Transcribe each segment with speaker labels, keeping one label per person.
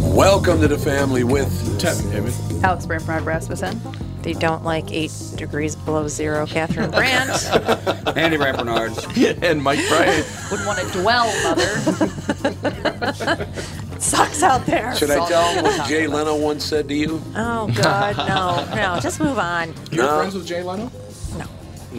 Speaker 1: Welcome to the family with Ted David.
Speaker 2: Alex Branford Rasmussen.
Speaker 3: They don't like eight degrees below zero, Catherine Brandt.
Speaker 4: Andy Rappernard.
Speaker 1: and Mike Bryant.
Speaker 2: Wouldn't want to dwell, mother.
Speaker 3: Sucks out there.
Speaker 1: Should I tell him what Jay Leno once said to you?
Speaker 3: Oh God, no, no, just move on.
Speaker 5: You're
Speaker 1: No.
Speaker 5: friends with Jay Leno?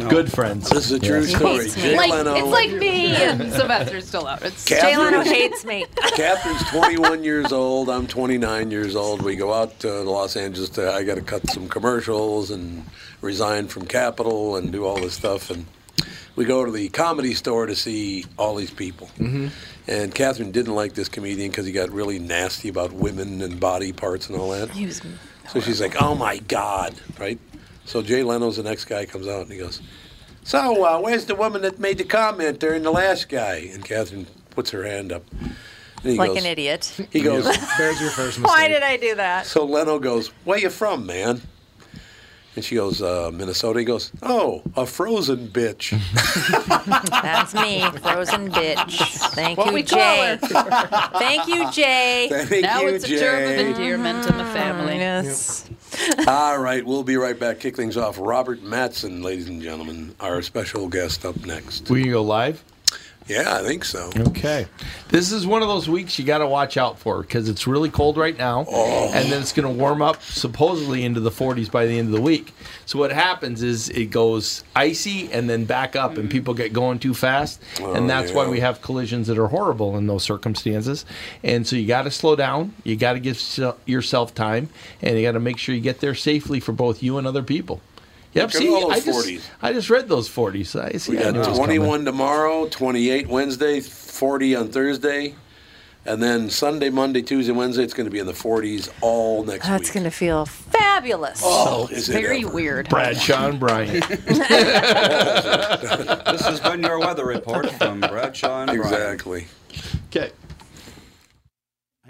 Speaker 6: Good friends.
Speaker 1: This is a true story.
Speaker 3: hates me.
Speaker 1: Jay
Speaker 2: like,
Speaker 1: Leno.
Speaker 2: It's like me and Sylvester's still out. It's
Speaker 1: Cat-
Speaker 3: Jay Leno hates me.
Speaker 1: Catherine's 21 years old. I'm 29 years old. We go out to Los Angeles. To, I got to cut some commercials and resign from Capitol and do all this stuff. And we go to the comedy store to see all these people. Mm-hmm. And Catherine didn't like this comedian because he got really nasty about women and body parts and all that.
Speaker 3: He was.
Speaker 1: So she's like, "Oh my God!" Right? So Jay Leno's the next guy comes out and he goes, "So uh, where's the woman that made the comment during the last guy?" And Catherine puts her hand up. And he
Speaker 3: Like
Speaker 1: goes,
Speaker 3: an idiot.
Speaker 1: He goes,
Speaker 5: There's your first mistake.
Speaker 3: Why did I do that?
Speaker 1: "So Leno goes, where you from, man?" And she goes, uh, "Minnesota." He goes, "Oh, a frozen bitch."
Speaker 3: That's me, frozen bitch. Thank
Speaker 2: What
Speaker 3: you,
Speaker 2: we call
Speaker 3: Jay. Thank you, Jay.
Speaker 1: Thank
Speaker 2: now
Speaker 1: you,
Speaker 2: it's a term of
Speaker 1: Jay.
Speaker 2: endearment in the family.
Speaker 3: Yes.
Speaker 1: All right, we'll be right back. Kick things off. Robert Matson, ladies and gentlemen, our special guest up next.
Speaker 6: We can go live.
Speaker 1: Yeah, I think so.
Speaker 6: Okay. This is one of those weeks you got to watch out for because it's really cold right now.
Speaker 1: Oh.
Speaker 6: And then it's going to warm up supposedly into the 40s by the end of the week. So what happens is it goes icy and then back up, and people get going too fast.
Speaker 1: Oh,
Speaker 6: and that's why
Speaker 1: yeah.
Speaker 6: we have collisions that are horrible in those circumstances. And so you got to slow down. You got to give se- yourself time. And you got to make sure you get there safely for both you and other people. Yep,
Speaker 1: Look at
Speaker 6: see,
Speaker 1: all those
Speaker 6: I just,
Speaker 1: 40s.
Speaker 6: I just read those 40s. I see.
Speaker 1: We
Speaker 6: I
Speaker 1: got
Speaker 6: knew it was coming.
Speaker 1: 21 tomorrow, 28 Wednesday, 40 on Thursday, and then Sunday, Monday, Tuesday, Wednesday. It's going to be in the 40s all next
Speaker 3: That's
Speaker 1: week.
Speaker 3: gonna feel fabulous.
Speaker 1: oh, is it
Speaker 2: Very
Speaker 1: ever.
Speaker 2: weird.
Speaker 6: Bradshaw and Bryant.
Speaker 4: This has been your weather report from Bradshaw and Bryant.
Speaker 1: Exactly.
Speaker 6: okay.
Speaker 7: I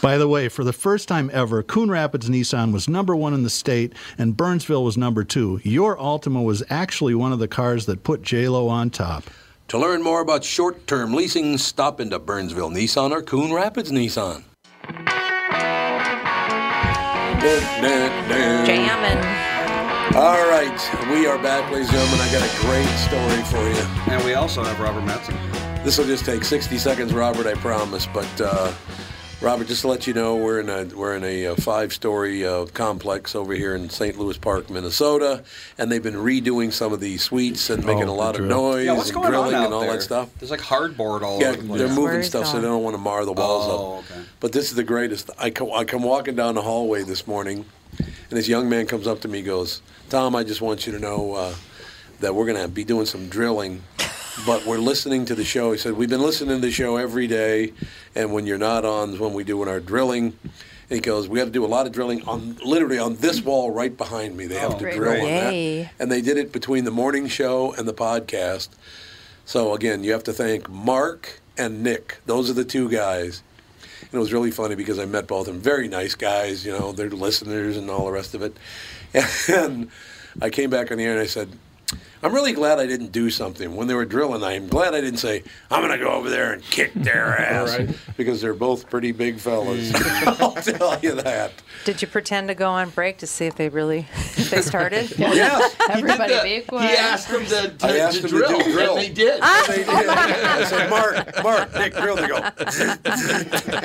Speaker 7: By the way, for the first time ever, Coon Rapids Nissan was number one in the state and Burnsville was number two. Your Altima was actually one of the cars that put JLo on top.
Speaker 1: To learn more about short-term leasing, stop into Burnsville Nissan or Coon Rapids Nissan.
Speaker 3: Jamming.
Speaker 1: All right, we are back, ladies and gentlemen. I got a great story for you.
Speaker 4: And we also have Robert Matson.
Speaker 1: This will just take 60 seconds, Robert. I promise. But uh, Robert, just to let you know, we're in a we're in a uh, five-story uh, complex over here in St. Louis Park, Minnesota, and they've been redoing some of the suites and making a lot of noise
Speaker 4: Oh, Yeah, what's
Speaker 1: and
Speaker 4: going on
Speaker 1: grilling
Speaker 4: out
Speaker 1: and all
Speaker 4: there?
Speaker 1: that stuff.
Speaker 4: There's like hardboard all
Speaker 1: Yeah,
Speaker 4: over the place.
Speaker 1: they're moving
Speaker 3: Where's
Speaker 1: stuff so
Speaker 3: going?
Speaker 1: they don't want to mar the walls
Speaker 4: Oh,
Speaker 1: up.
Speaker 4: okay.
Speaker 1: But this is the greatest. I come, I come walking down the hallway this morning, and this young man comes up to me, goes, "Tom, I just want you to know uh, that we're going to be doing some drilling, but we're listening to the show." He said, "We've been listening to the show every day, and when you're not on, is when we do our drilling." And he goes, "We have to do a lot of drilling on literally on this wall right behind me. They have
Speaker 4: Oh,
Speaker 1: to
Speaker 4: great.
Speaker 1: drill on that."
Speaker 3: Yay.
Speaker 1: and they did it between the morning show and the podcast. So again, you have to thank Mark and Nick. Those are the two guys. And it was really funny because I met both of them. Very nice guys, you know, they're listeners and all the rest of it. And I came back on the air and I said, I'm really glad I didn't do something. When they were drilling, I'm glad I didn't say, I'm going to go over there and kick their ass. Because they're both pretty big fellas. I'll tell you that.
Speaker 3: Did you pretend to go on break to see if they really if they started?
Speaker 1: Yes.
Speaker 2: Everybody be
Speaker 6: He
Speaker 2: quiet.
Speaker 6: asked them to, to,
Speaker 1: I asked
Speaker 6: to
Speaker 1: them to
Speaker 6: drill,
Speaker 1: do drill.
Speaker 6: and they did.
Speaker 2: Ah.
Speaker 1: They did.
Speaker 2: Oh,
Speaker 1: I said, Mark, Mark, Nick, drill. They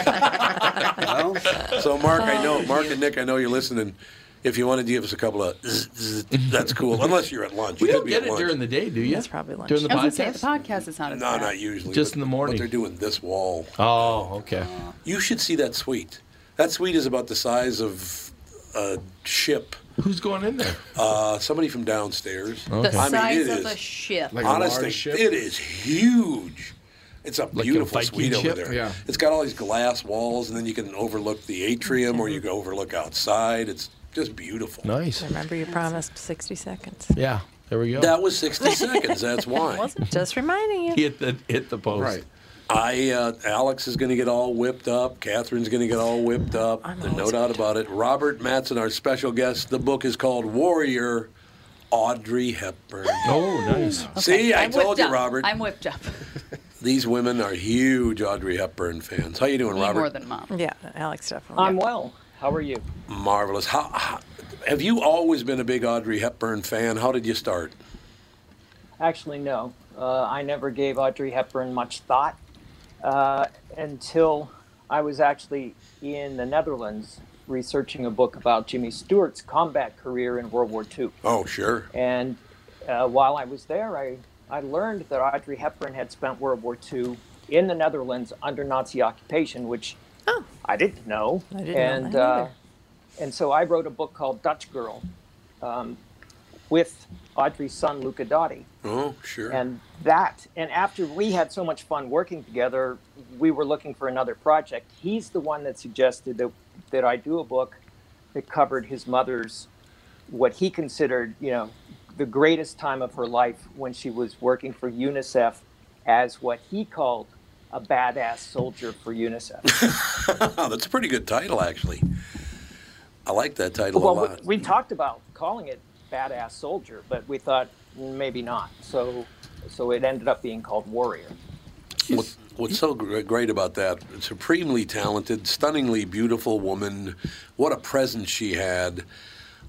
Speaker 1: go.
Speaker 4: Well,
Speaker 1: So, Mark, I
Speaker 2: Oh,
Speaker 1: know, Mark and Nick, I know you're listening. If you want to give us a couple of, zzz, zzz, that's cool. Unless you're at lunch,
Speaker 6: we
Speaker 1: you
Speaker 6: don't
Speaker 1: could be
Speaker 6: get
Speaker 1: at
Speaker 6: it
Speaker 1: lunch.
Speaker 6: during the day, do you?
Speaker 3: That's probably lunch.
Speaker 6: During the
Speaker 2: I was going to say,
Speaker 6: podcast?
Speaker 2: the podcast is not as
Speaker 1: No,
Speaker 2: bad.
Speaker 1: not usually.
Speaker 6: Just
Speaker 1: but-
Speaker 6: in the morning.
Speaker 1: But they're doing this wall.
Speaker 6: oh, okay.
Speaker 1: You should see that suite. That suite is about the size of a ship.
Speaker 6: Who's going in there?
Speaker 1: Uh, somebody from downstairs.
Speaker 2: The
Speaker 1: I mean,
Speaker 2: size
Speaker 1: it
Speaker 2: of
Speaker 1: is-
Speaker 2: a ship.
Speaker 5: Like- a
Speaker 1: Honestly,
Speaker 5: large ship?
Speaker 1: it is huge. It's a beautiful
Speaker 6: Viking
Speaker 1: suite
Speaker 6: ship?
Speaker 1: over there.
Speaker 5: Yeah.
Speaker 1: It's got all these glass walls, and then you can overlook the atrium, or
Speaker 5: Mm-hmm.
Speaker 1: you can overlook outside. It's just beautiful.
Speaker 6: Nice.
Speaker 3: Remember you promised 60 seconds.
Speaker 6: Yeah, there we go.
Speaker 1: That was 60 seconds. That's why.
Speaker 3: Just reminding you.
Speaker 6: hit the hit the post.
Speaker 5: Right.
Speaker 1: I uh, Alex is going to get all whipped up. Catherine's going to get all whipped up.
Speaker 3: I'm
Speaker 1: There's no
Speaker 3: always
Speaker 1: doubt
Speaker 3: whipped
Speaker 1: about it. Robert Matson, our special guest. The book is called Warrior. Audrey Hepburn.
Speaker 6: Oh, nice.
Speaker 1: See, I
Speaker 2: I'm
Speaker 1: told
Speaker 2: whipped
Speaker 1: you,
Speaker 2: up.
Speaker 1: Robert.
Speaker 2: I'm whipped up.
Speaker 1: These women are huge Audrey Hepburn fans. How you doing,
Speaker 2: Need
Speaker 1: Robert?
Speaker 2: more than mom.
Speaker 3: Yeah, Alex definitely.
Speaker 8: I'm well. How are you?
Speaker 1: Marvelous. How, how have you always been a big Audrey Hepburn fan? How did you start?
Speaker 8: Actually, no. Uh, I never gave Audrey Hepburn much thought uh, until I was actually in the Netherlands researching a book about Jimmy Stewart's combat career in World War II.
Speaker 1: Oh, sure.
Speaker 8: And uh, while I was there, I, I learned that Audrey Hepburn had spent World War II in the Netherlands under Nazi occupation, which I didn't know.
Speaker 3: Oh. I didn't know
Speaker 8: and,
Speaker 3: that
Speaker 8: uh,
Speaker 3: either.
Speaker 8: and so I wrote a book called Dutch Girl um, with Audrey's son, Luca Dotti.
Speaker 1: Oh, sure.
Speaker 8: And that, and after we had so much fun working together, we were looking for another project. He's the one that suggested that, that I do a book that covered his mother's, what he considered, you know, the greatest time of her life when she was working for UNICEF as what he called a badass soldier for UNICEF.
Speaker 1: Wow, that's a pretty good title, actually. I like that title a
Speaker 8: well,
Speaker 1: lot.
Speaker 8: we, we talked about calling it badass soldier, but we thought "Mm, maybe not. So, so it ended up being called warrior.
Speaker 1: What, what's so gr- great about that? Supremely talented, stunningly beautiful woman. What a presence she had.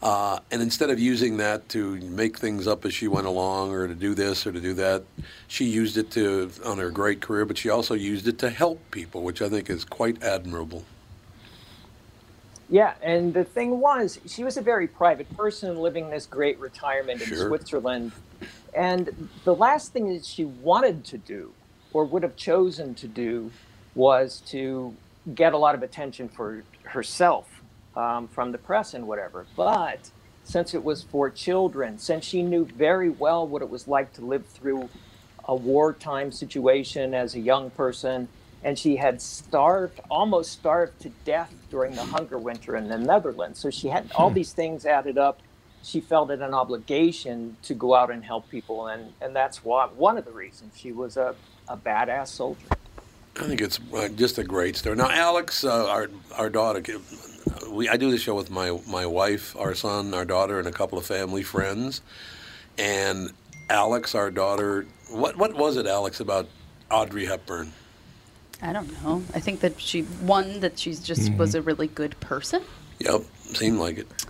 Speaker 1: Uh, and instead of using that to make things up as she went along, or to do this or to do that, she used it to on her great career. But she also used it to help people, which I think is quite admirable.
Speaker 8: Yeah, and the thing was, she was a very private person living this great retirement in
Speaker 1: Sure.
Speaker 8: Switzerland. And the last thing that she wanted to do or would have chosen to do was to get a lot of attention for herself um, from the press and whatever. But since it was for children, since she knew very well what it was like to live through a wartime situation as a young person, and she had starved, almost starved to death during the hunger winter in the Netherlands. So she had all these things added up. She felt it an obligation to go out and help people, and, and that's why, one of the reasons she was a, a badass soldier.
Speaker 1: I think it's uh, just a great story. Now, Alex, uh, our our daughter, uh, we I do the show with my my wife, our son, our daughter, and a couple of family friends. And Alex, our daughter, what what was it, Alex, about Audrey Hepburn?
Speaker 2: I don't know. I think that she one that she's just Mm-hmm. was a really good person, Um,
Speaker 1: Yep, seemed like it.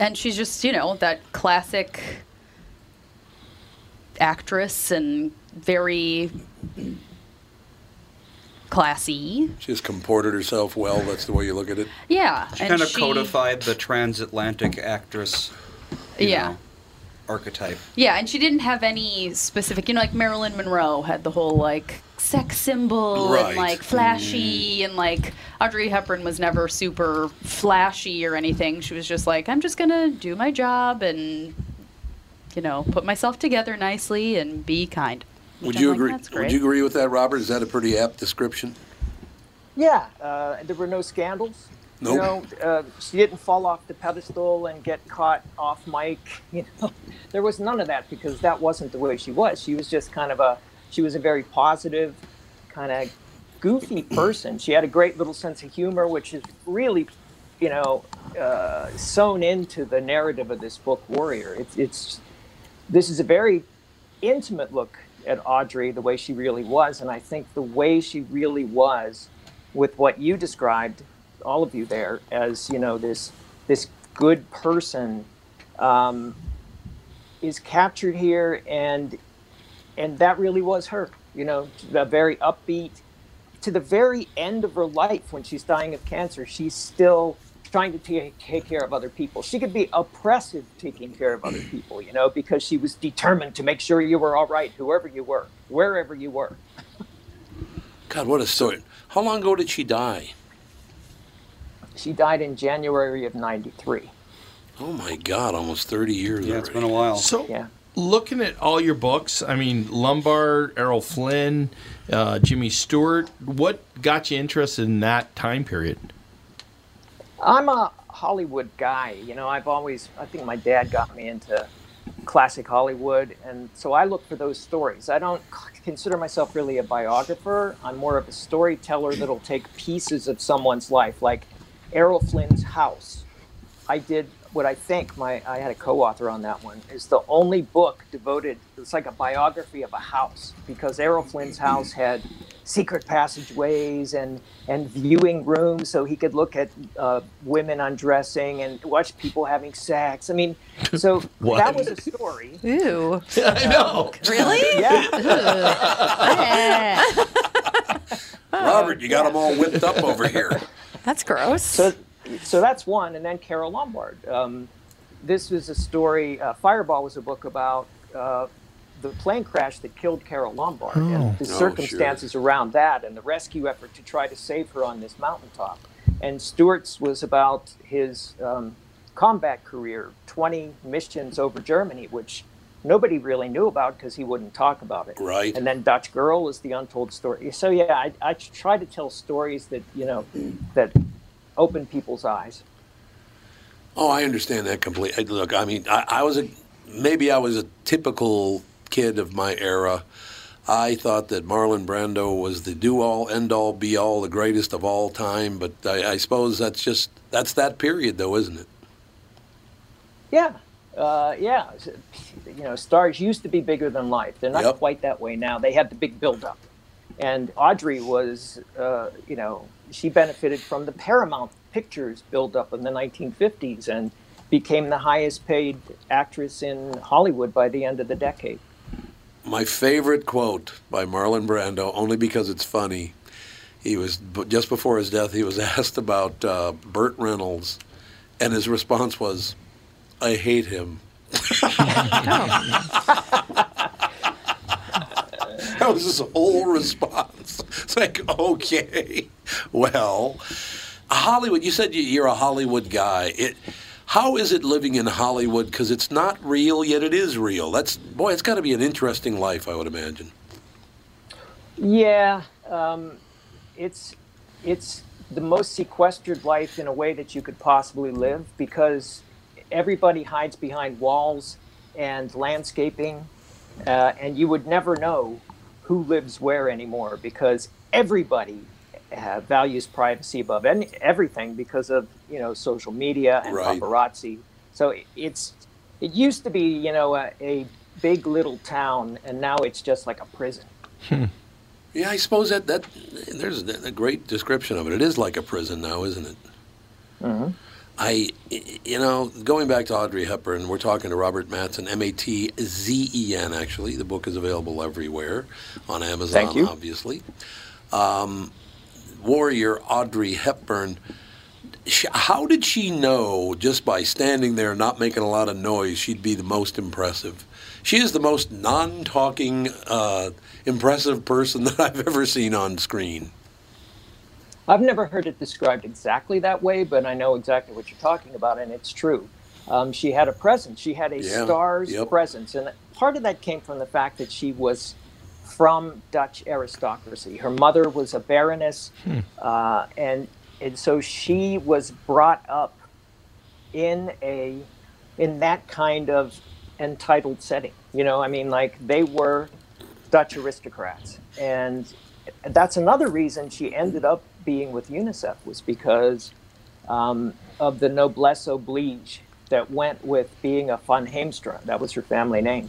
Speaker 2: and she's just you know that classic actress and very classy.
Speaker 1: She just comported herself well. That's the way you look at it.
Speaker 2: Yeah, and
Speaker 4: Kind of
Speaker 2: she-
Speaker 4: codified the transatlantic actress you
Speaker 2: Yeah.
Speaker 4: know, archetype.
Speaker 2: Yeah, and she didn't have any specific, you know, like Marilyn Monroe had the whole like sex symbol
Speaker 1: Right.
Speaker 2: and like flashy and like Audrey Hepburn was never super flashy or anything. She was just like, I'm just gonna do my job and you know put myself together nicely and be kind.
Speaker 1: Would
Speaker 2: Which I'm
Speaker 1: you
Speaker 2: like,
Speaker 1: agree?
Speaker 2: That's great.
Speaker 1: Would you agree with that, Robert? Is that a pretty apt description?
Speaker 8: Yeah, uh, there were no scandals.
Speaker 1: Nope.
Speaker 8: You know, uh, she didn't fall off the pedestal and get caught off mic. You know, there was none of that because that wasn't the way she was. She was just kind of a she was a very positive, kind of goofy person. She had a great little sense of humor, which is really, you know, uh, sewn into the narrative of this book, Warrior. It's it's this is a very intimate look at Audrey, the way she really was. And I think the way she really was, with what you described, all of you there, as you know, this this good person, um, is captured here, and and that really was her. You know, the very upbeat. To the very end of her life, when she's dying of cancer, she's still trying to ta- take care of other people. She could be oppressive taking care of other people, you know, because she was determined to make sure you were all right, whoever you were, wherever you were.
Speaker 1: God, what a story! How long ago did she die?
Speaker 8: She died in January of '93.
Speaker 1: Oh my God! Almost thirty years.
Speaker 4: Yeah, it's been
Speaker 1: already.
Speaker 4: a while.
Speaker 6: So,
Speaker 8: Yeah.
Speaker 6: looking at all your books, I mean, Lombard, Errol Flynn, uh, Jimmy Stewart, what got you interested in that time period?
Speaker 8: I'm a Hollywood guy. You know, I've always, I think my dad got me into classic Hollywood. And so I look for those stories. I don't c- consider myself really a biographer. I'm more of a storyteller that'll take pieces of someone's life, like Errol Flynn's house. I did what I think my, I had a co author on that one, is the only book devoted, it's like a biography of a house, because Errol Flynn's house had secret passageways and and viewing rooms so he could look at uh, women undressing and watch people having sex. I mean, so that was a story.
Speaker 2: Ew.
Speaker 6: I know.
Speaker 2: Really?
Speaker 8: Yeah,
Speaker 1: Robert, you got them all whipped up over here.
Speaker 3: That's gross.
Speaker 8: so so that's one, and then Carol Lombard. Um, this was a story. Uh, Fireball was a book about uh, the plane crash that killed Carol Lombard and the
Speaker 1: Oh,
Speaker 8: circumstances around that, and the rescue effort to try to save her on this mountaintop. And Stewart's was about his um, combat career, 20 missions over Germany, which nobody really knew about because he wouldn't talk about it.
Speaker 1: Right.
Speaker 8: And then Dutch Girl is the untold story. So yeah, I, I try to tell stories that you know that open people's eyes.
Speaker 1: Oh, I understand that completely. Look, I mean, I, I was a maybe I was a typical kid of my era. I thought that Marlon Brando was the do-all, end-all, be-all, the greatest of all time. But I, I suppose that's just that's that period, though, isn't it?
Speaker 8: Yeah, uh, yeah. You know, stars used to be bigger than life. They're not
Speaker 1: Yep.
Speaker 8: quite that way now. They had the big buildup, and Audrey was, uh, you know, she benefited from the Paramount Pictures buildup in the 1950s and became the highest-paid actress in Hollywood by the end of the decade.
Speaker 1: My favorite quote by Marlon Brando, only because it's funny. He was b- just before his death. He was asked about uh, Burt Reynolds, and his response was, "I hate him." That was his whole response. It's like, okay, well, Hollywood. You said you- you're a Hollywood guy. It. How is it living in Hollywood? Because it's not real, yet it is real. That's boy. It's got to be an interesting life, I would imagine.
Speaker 8: Yeah, um, it's it's the most sequestered life in a way that you could possibly live because everybody hides behind walls and landscaping, uh, and you would never know who lives where anymore because everybody uh, values privacy above any, everything because of you know social media and
Speaker 1: Right.
Speaker 8: paparazzi. So it's it used to be you know a, a big little town, and now it's just like a prison.
Speaker 1: Yeah, I suppose that that there's a great description of it. It is like a prison now, isn't it?
Speaker 8: Mm-hmm.
Speaker 1: I, you know, going back to Audrey Hepburn, we're talking to Robert Matson, M A T Z E N. Actually, the book is available everywhere on Amazon,
Speaker 8: Thank you.
Speaker 1: obviously. Um, Warrior Audrey Hepburn. Sh- How did she know just by standing there, not making a lot of noise, she'd be the most impressive? She is the most non-talking, uh, impressive person that I've ever seen on screen.
Speaker 8: I've never heard it described exactly that way, but I know exactly what you're talking about, and it's true. Um, she had a presence. She had a
Speaker 1: Yeah,
Speaker 8: star's
Speaker 1: yep.
Speaker 8: presence, and part of that came from the fact that she was from Dutch aristocracy. Her mother was a baroness,
Speaker 9: Hmm.
Speaker 8: uh, and and so she was brought up in a in that kind of entitled setting. You know, I mean, like they were Dutch aristocrats, and that's another reason she ended up being with UNICEF was because um, of the noblesse oblige that went with being a von Heemstra. That was her family name.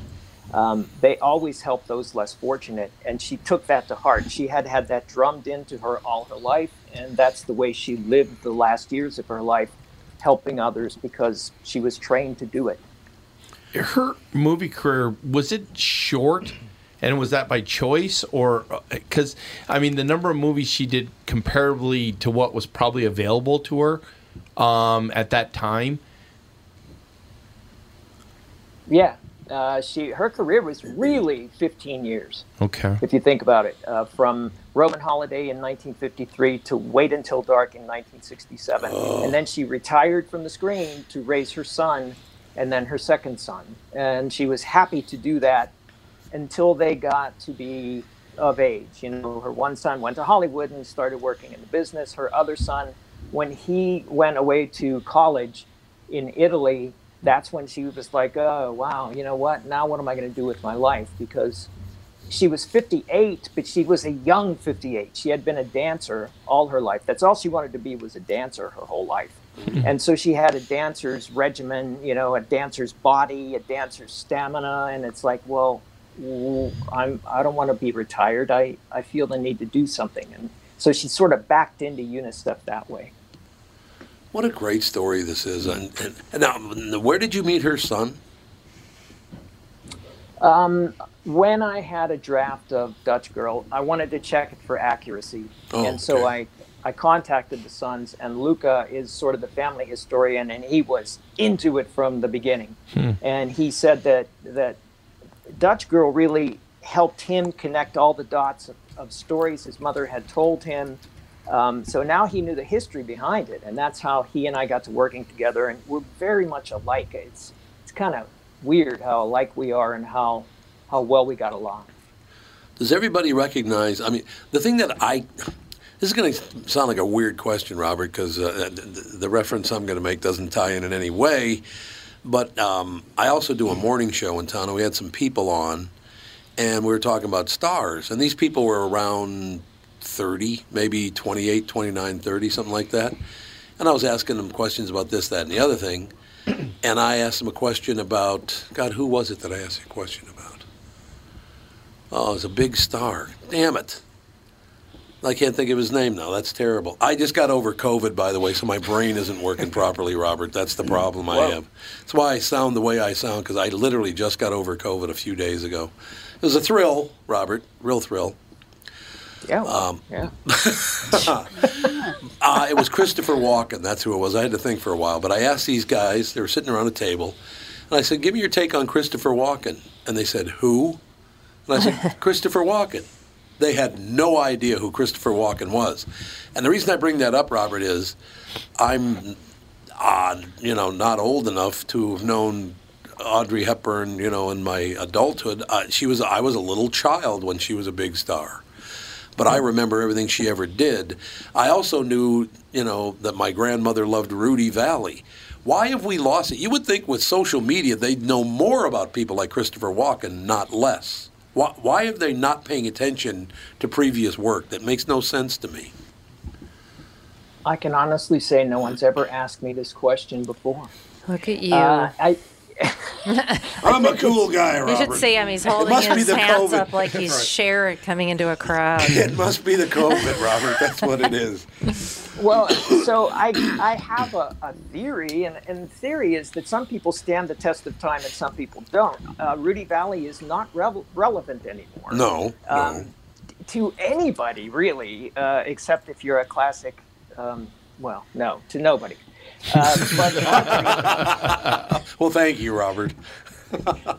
Speaker 8: Um, they always helped those less fortunate, and she took that to heart. She had had that drummed into her all her life, and that's the way she lived the last years of her life, helping others because she was trained to do it.
Speaker 6: Her movie career, was it short? And was that by choice or because, I mean, the number of movies she did comparably to what was probably available to her um, at that time?
Speaker 8: Yeah, Uh, she her career was really 15 years
Speaker 6: Okay.
Speaker 8: if you think about it, uh, from Roman Holiday in 1953 to Wait Until Dark in 1967. And then she retired from the screen to raise her son and then her second son. And she was happy to do that until they got to be of age. You know, her one son went to Hollywood and started working in the business. Her other son, when he went away to college in Italy, that's when she was like, oh, wow, you know what? Now what am I going to do with my life? Because she was 58, but she was a young 58. She had been a dancer all her life. That's all she wanted to be was a dancer her whole life.
Speaker 1: Hmm.
Speaker 8: And so she had a dancer's regimen, you know, a dancer's body, a dancer's stamina, and it's like, well, w- I'm I don't want to be retired. I I feel the need to do something. And so she sort of backed into UNICEF that way.
Speaker 1: What a great story this is. And, and, and now, where did you meet her son?
Speaker 8: Um, when I had a draft of Dutch Girl, I wanted to check it for accuracy,
Speaker 1: Oh,
Speaker 8: and so
Speaker 1: okay.
Speaker 8: I I contacted the sons, and Luca is sort of the family historian, and he was into it from the beginning, and he said that that Dutch Girl really helped him connect all the dots of, of stories his mother had told him. Um, so now he knew the history behind it, and that's how he and I got to working together, and we're very much alike. It's it's kind of weird how alike we are and how how well we got along.
Speaker 1: Does everybody recognize? I mean, the thing that I. This is going to sound like a weird question, Robert, because uh, the, the reference I'm going to make doesn't tie in in any way. But um, I also do a morning show in town, and we had some people on, and we were talking about stars. And these people were around 30, maybe 28, 29, 30, something like that. And I was asking them questions about this, that, and the other thing. And I asked them a question about God, who was it that I asked a question about? Oh, it's a big star. Damn it. I can't think of his name now. That's terrible. I just got over COVID, by the way, so my brain isn't working properly, Robert. That's the problem I have. That's why I sound the way I sound, because I literally just got over COVID a few days ago. It was a thrill, Robert, real thrill. Um,
Speaker 8: Yeah. yeah.
Speaker 1: Uh, it was Christopher Walken. That's who it was. I had to think for a while. But I asked these guys, they were sitting around a table, and I said, Give me your take on Christopher Walken. And they said, Who? And I said, Christopher Walken. They had no idea who Christopher Walken was. And the reason I bring that up, Robert, is I'm, uh, you know, not old enough to have known Audrey Hepburn, you know, in my adulthood. Uh, she was, I was a little child when she was a big star but I remember everything she ever did. I also knew, you know, that my grandmother loved Rudy Valley. Why have we lost it? You would think with social media they'd know more about people like Christopher Walken, not less. Why, why are they not paying attention to previous work? That makes no sense to me.
Speaker 8: I can honestly say no one's ever asked me this question before.
Speaker 3: Look at you.
Speaker 8: Uh, I,
Speaker 1: I'm a cool guy,
Speaker 3: you
Speaker 1: Robert.
Speaker 3: should see him. He's holding
Speaker 1: must be
Speaker 3: his
Speaker 1: the
Speaker 3: hands
Speaker 1: COVID.
Speaker 3: up like he's Cher coming into a crowd.
Speaker 1: It must be the COVID, Robert. That's what it is.
Speaker 8: well, so I, I have a, a theory, and, and the theory is that some people stand the test of time and some people don't. Uh, Rudy Valley is not revel relevant anymore.
Speaker 1: No, no.
Speaker 8: Um, to anybody really, uh, except if you're a classic. Um, well, no, to nobody. Uh, but Audrey,
Speaker 1: well, thank you, Robert.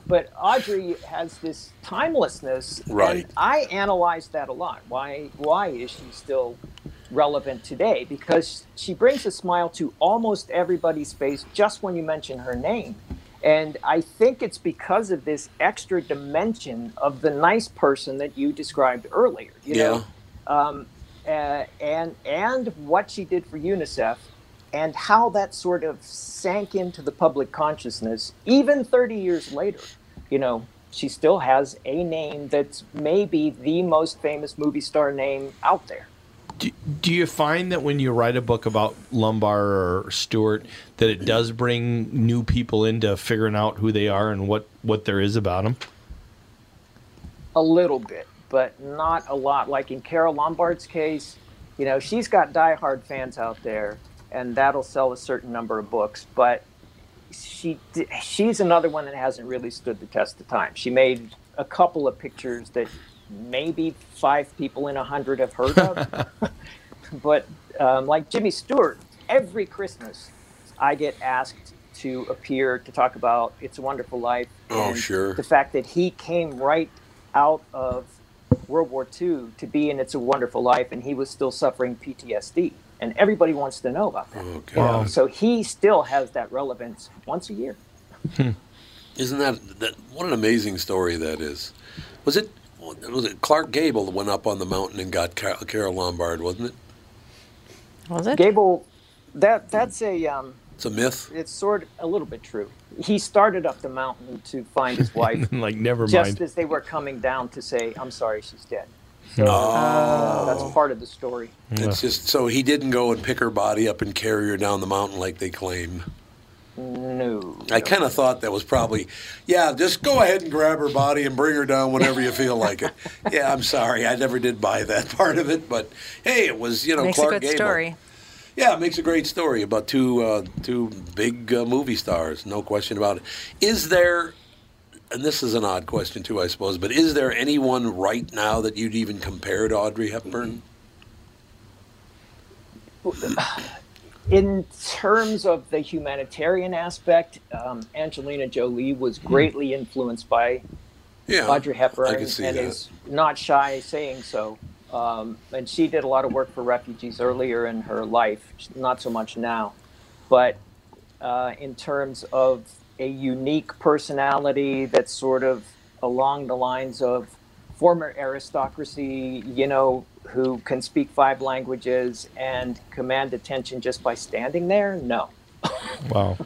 Speaker 8: but Audrey has this timelessness,
Speaker 1: Right.
Speaker 8: and I analyze that a lot. Why why is she still relevant today? Because she brings a smile to almost everybody's face just when you mention her name. And I think it's because of this extra dimension of the nice person that you described earlier. You
Speaker 1: Yeah.
Speaker 8: know, uh, and and what she did for UNICEF, and how that sort of sank into the public consciousness even 30 years later. You know, she still has a name that's maybe the most famous movie star name out there.
Speaker 6: Do, do you find that when you write a book about Lumbar or Stewart, that it does bring new people into figuring out who they are and what, what there is about them?
Speaker 8: a little bit, but not a lot. Like in Carol Lombard's case, you know, she's got diehard fans out there, and that'll sell a certain number of books. But she di- she's another one that hasn't really stood the test of time. She made a couple of pictures that maybe five people in a hundred have heard of, but um, like Jimmy Stewart, every Christmas I get asked to appear to talk about It's a Wonderful Life.
Speaker 1: Oh,
Speaker 8: and
Speaker 1: sure.
Speaker 8: The fact that he came right out of World War II to be in It's a Wonderful Life, and he was still suffering PTSD. And everybody wants to know about that.
Speaker 1: Oh,
Speaker 8: You know,
Speaker 1: God.
Speaker 8: So he still has that relevance once a year.
Speaker 1: Isn't that, that what an amazing story that is? Was it was it Clark Gable that went up on the mountain and got Car- Carol Lombard? Wasn't it?
Speaker 3: Was it?
Speaker 8: Gable, that that's a um,
Speaker 1: It's a myth.
Speaker 8: it's sort of a little bit true. He started up the mountain to find his wife,
Speaker 6: like never
Speaker 8: just
Speaker 6: mind.
Speaker 8: as they were coming down to say, "I'm sorry, she's dead." So
Speaker 1: Oh.
Speaker 8: that's part of the story.
Speaker 1: It's just so he didn't go and pick her body up and carry her down the mountain like they claim.
Speaker 8: No,
Speaker 1: I kind of thought that was probably, yeah, just go ahead and grab her body and bring her down whenever you feel like it. Yeah, I'm sorry, I never did buy that part of it, but hey, it was you know
Speaker 3: Makes
Speaker 1: Clark
Speaker 3: a good
Speaker 1: Gable.
Speaker 3: story.
Speaker 1: Yeah, it makes a great story about two uh, two big uh, movie stars, no question about it. Is there, and this is an odd question too, I suppose, but is there anyone right now that you'd even compare to Audrey Hepburn?
Speaker 8: in terms of the humanitarian aspect, um, Angelina Jolie was greatly influenced by
Speaker 1: Yeah,
Speaker 8: Audrey Hepburn
Speaker 1: I can see
Speaker 8: and
Speaker 1: that.
Speaker 8: is not shy saying so. Um, and she did a lot of work for refugees earlier in her life, not so much now. But uh, in terms of a unique personality that's sort of along the lines of former aristocracy, you know, who can speak five languages and command attention just by standing there? No.
Speaker 6: wow.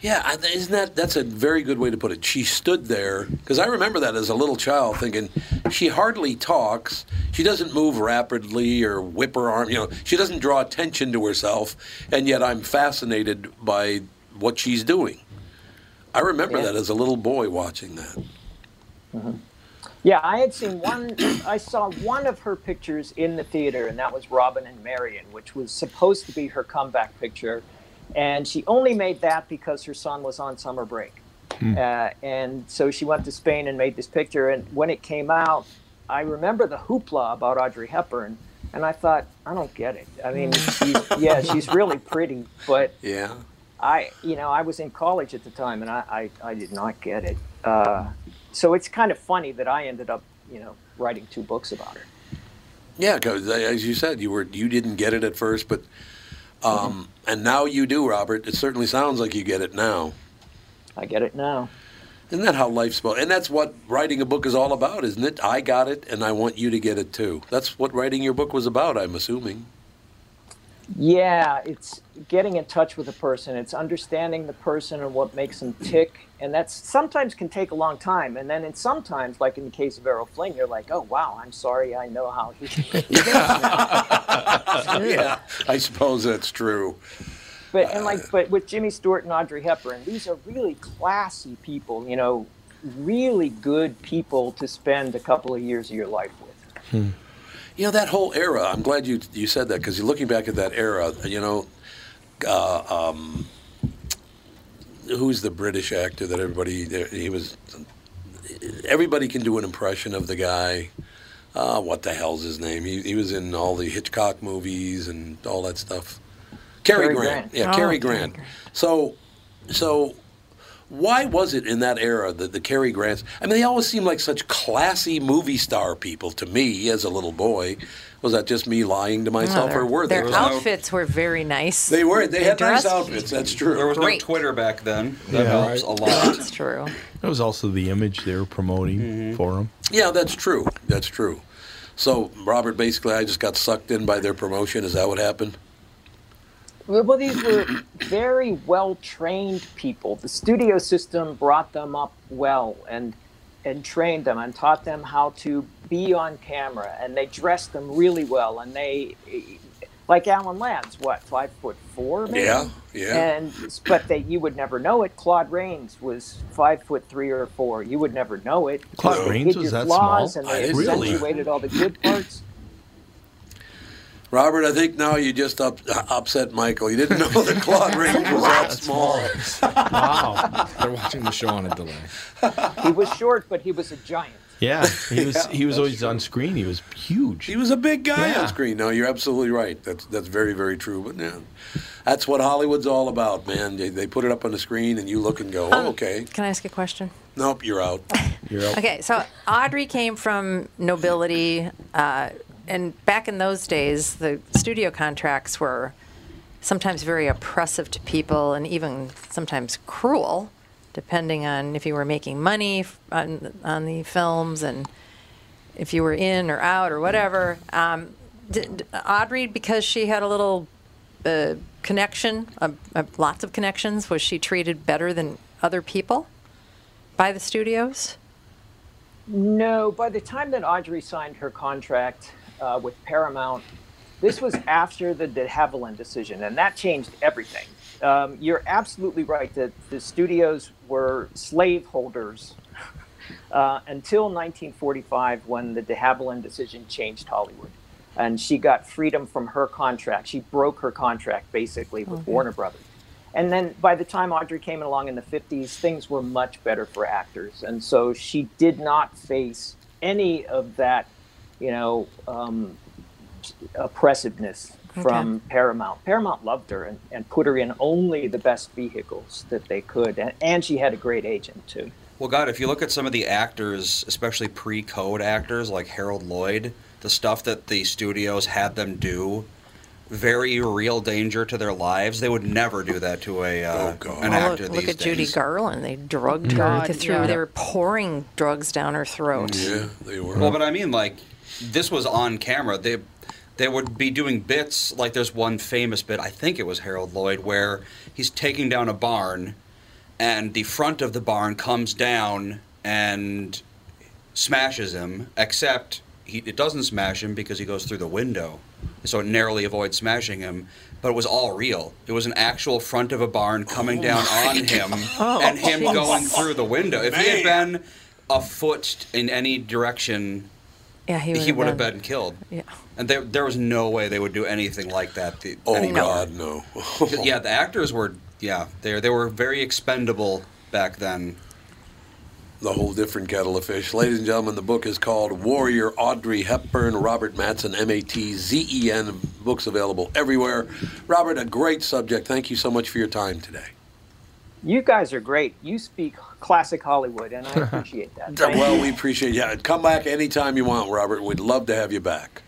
Speaker 1: Yeah, I- th- isn't that that's a very good way to put it? She stood there because I remember that as a little child, thinking she hardly talks, she doesn't move rapidly or whip her arm, you know, she doesn't draw attention to herself, and yet I'm fascinated by what she's doing. I remember
Speaker 8: Yeah.
Speaker 1: that as a little boy watching that.
Speaker 8: Yeah, I had seen one. I saw one of her pictures in the theater, and that was Robin and Marion, which was supposed to be her comeback picture. And she only made that because her son was on summer break.
Speaker 9: Hmm.
Speaker 8: Uh, and so she went to Spain and made this picture. And when it came out, I remember the hoopla about Audrey Hepburn. And I thought, I don't get it. I mean, she's, yeah, she's really pretty, but
Speaker 1: Yeah,
Speaker 8: I, you know, I was in college at the time, and I, I, I did not get it. Uh, so it's kind of funny that I ended up, you know, writing two books about her.
Speaker 1: yeah, because as you said, you were you didn't get it at first, but um, and now you do, Robert. It certainly sounds like you get it now.
Speaker 8: I get it now.
Speaker 1: Isn't that how life's supposed? And that's what writing a book is all about, isn't it? I got it, and I want you to get it too. That's what writing your book was about, I'm assuming.
Speaker 8: Yeah, it's getting in touch with a person. It's understanding the person and what makes them tick, and that's sometimes can take a long time. And then, in sometimes, like in the case of Errol Flynn, you're like, oh wow, I'm sorry, I know how he.
Speaker 1: yeah, I suppose that's true.
Speaker 8: But and like, but with Jimmy Stewart and Audrey Hepburn, these are really classy people. You know, really good people to spend a couple of years of your life with.
Speaker 1: You know that whole era. I'm glad you you said that because you're looking back at that era. You know, uh, um, who's the British actor that everybody he was? Everybody can do an impression of the guy. Uh, what the hell's his name? He he was in all the Hitchcock movies and all that stuff. Cary
Speaker 8: Cary
Speaker 1: Grant.
Speaker 8: Grant.
Speaker 1: Yeah,
Speaker 3: Oh,
Speaker 1: Cary
Speaker 3: Cary
Speaker 1: Grant. So, so why was it in that era that the Cary Grants? I mean, they always seemed like such classy movie star people to me as a little boy. Was that just me lying to myself,
Speaker 3: their
Speaker 1: or were they?
Speaker 3: their
Speaker 4: no-
Speaker 3: outfits were very nice.
Speaker 1: They were. They had nice
Speaker 3: dressed-
Speaker 1: outfits. That's
Speaker 4: There
Speaker 1: true.
Speaker 4: was
Speaker 3: Great.
Speaker 4: no Twitter back then. That
Speaker 6: Yeah.
Speaker 4: helps a lot.
Speaker 3: That's true.
Speaker 6: That was also the image they were promoting for him.
Speaker 1: Yeah, that's true. That's true. So, Robert, basically, I just got sucked in by their promotion. Is that what happened?
Speaker 8: Well, these were very well trained people. The studio system brought them up well and and trained them and taught them how to be on camera and they dressed them really well and they like Alan Ladd's what five foot four maybe?
Speaker 1: Yeah, yeah.
Speaker 8: and but that you would never know it. Claude Rains was five foot three or four. You would never know it.
Speaker 6: Claude
Speaker 8: They
Speaker 6: Rains
Speaker 8: hid
Speaker 6: was
Speaker 8: your
Speaker 6: that
Speaker 8: flaws
Speaker 6: small?
Speaker 1: I
Speaker 8: And they
Speaker 1: didn't know that.
Speaker 8: accentuated all the good parts.
Speaker 1: Robert, I think now you just up, uh, upset Michael. You didn't know that Claude Rains was that small.
Speaker 5: wow. They're watching the show on a delay.
Speaker 8: He was short, but he was a giant.
Speaker 6: Yeah, he was
Speaker 1: Yeah,
Speaker 6: he was
Speaker 1: that's
Speaker 6: always
Speaker 1: true.
Speaker 6: on screen. He was huge.
Speaker 1: He was a big guy
Speaker 6: Yeah.
Speaker 1: on screen. No, you're absolutely right. That's that's very very true. But yeah, that's what Hollywood's all about, man. They, they put it up on the screen and you look and go, oh, okay.
Speaker 3: Can I ask a question?
Speaker 1: Nope, you're out.
Speaker 6: You're up.
Speaker 3: Okay, so Audrey came from nobility, uh, and back in those days, the studio contracts were sometimes very oppressive to people, and even sometimes cruel, depending on if you were making money f- on on the films and if you were in or out or whatever. Um, did Audrey, because she had a little uh, connection, uh, uh, lots of connections, was she treated better than other people by the studios?
Speaker 8: No, by the time that Audrey signed her contract uh, with Paramount, this was after the de Havilland decision, and that changed everything. Um, you're absolutely right that the studios were slaveholders uh, until 1945 when the de Havilland decision changed Hollywood. And she got freedom from her contract. She broke her contract basically with Warner Brothers. And then by the time Audrey came along in the 50s, things were much better for actors. And so she did not face any of that, you know, um, oppressiveness from Paramount. Paramount loved her and, and put her in only the best vehicles that they could. And, and she had a great agent, too.
Speaker 4: Well, God, if you look at some of the actors, especially pre-code actors like Harold Lloyd, the stuff that the studios had them do, very real danger to their lives. They would never do that to a uh,
Speaker 1: Oh, God.
Speaker 4: an
Speaker 1: Well,
Speaker 3: Look,
Speaker 4: actor
Speaker 3: look
Speaker 4: these
Speaker 3: at Judy
Speaker 4: days.
Speaker 3: Garland. They drugged her
Speaker 2: Mm-hmm. God,
Speaker 3: They through.
Speaker 2: yeah.
Speaker 3: They were pouring drugs down her throat.
Speaker 1: Yeah, they were.
Speaker 4: Well, but I mean, like, this was on camera. They they would be doing bits. Like, there's one famous bit. I think it was Harold Lloyd where he's taking down a barn, and the front of the barn comes down and smashes him. Except he, it doesn't smash him because he goes through the window, so it narrowly avoids smashing him. But it was all real. It was an actual front of a barn
Speaker 1: Oh
Speaker 4: coming down on him and him going through the window. If he had
Speaker 1: Man.
Speaker 4: been a foot in any direction,
Speaker 3: Yeah, he would,
Speaker 4: he would have been killed.
Speaker 3: Yeah.
Speaker 4: And there, there was no way they would do anything like that. The,
Speaker 1: oh
Speaker 4: anymore.
Speaker 1: God, no.
Speaker 4: Yeah, the actors were, yeah, they they were very expendable back then.
Speaker 1: the whole different kettle of fish. Ladies and gentlemen, the book is called Warrior Audrey Hepburn, Robert Matson, M A T Z E N. Books available everywhere. Robert, a great subject. Thank you so much for your time today.
Speaker 8: You guys are great. You speak classic Hollywood, and I appreciate that. Thank
Speaker 1: well,
Speaker 8: you.
Speaker 1: we appreciate Yeah, come back anytime you want, Robert. We'd love to have you back.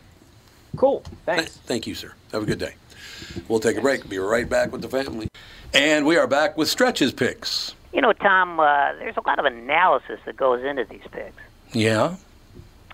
Speaker 8: cool.
Speaker 1: Th-
Speaker 8: Thanks.
Speaker 1: Thank you, sir. Have a good day. We'll take a break. Be right back with the family. And we are back with stretches picks.
Speaker 5: You know, Tom, uh, there's a lot of analysis that goes into these picks.
Speaker 1: Yeah.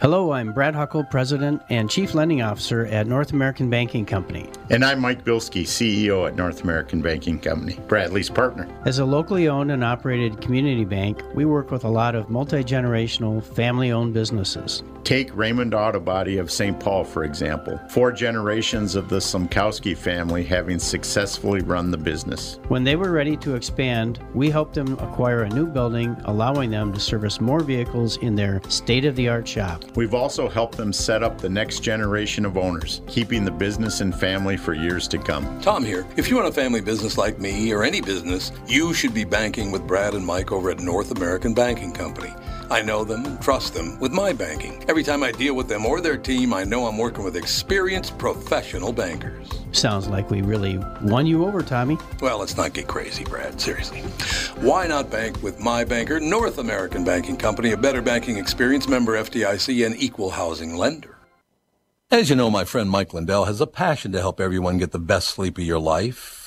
Speaker 9: Hello, I'm Brad Huckle, President and Chief Lending Officer at North American Banking Company.
Speaker 10: And I'm Mike Bilski, CEO at North American Banking Company, Bradley's partner.
Speaker 9: As a locally owned and operated community bank, we work with a lot of multi generational, family owned businesses.
Speaker 10: Take Raymond Auto Body of St. Paul, for example. Four generations of the Sumkowski family having successfully run the business.
Speaker 9: When they were ready to expand, we helped them acquire a new building, allowing them to service more vehicles in their state of the art shop.
Speaker 10: We've also helped them set up the next generation of owners, keeping the business and family for years to come.
Speaker 11: Tom here. If you run a family business like me or any business, you should be banking with Brad and Mike over at North American Banking Company. I know them and trust them with my banking. Every time I deal with them or their team, I know I'm working with experienced professional bankers.
Speaker 9: Sounds like we really won you over, Tommy.
Speaker 11: Well, let's not get crazy, Brad. Seriously. Why not bank with my banker, North American Banking Company, a better banking experience, member FDIC, and equal housing lender? As you know, my friend Mike Lindell has a passion to help everyone get the best sleep of your life.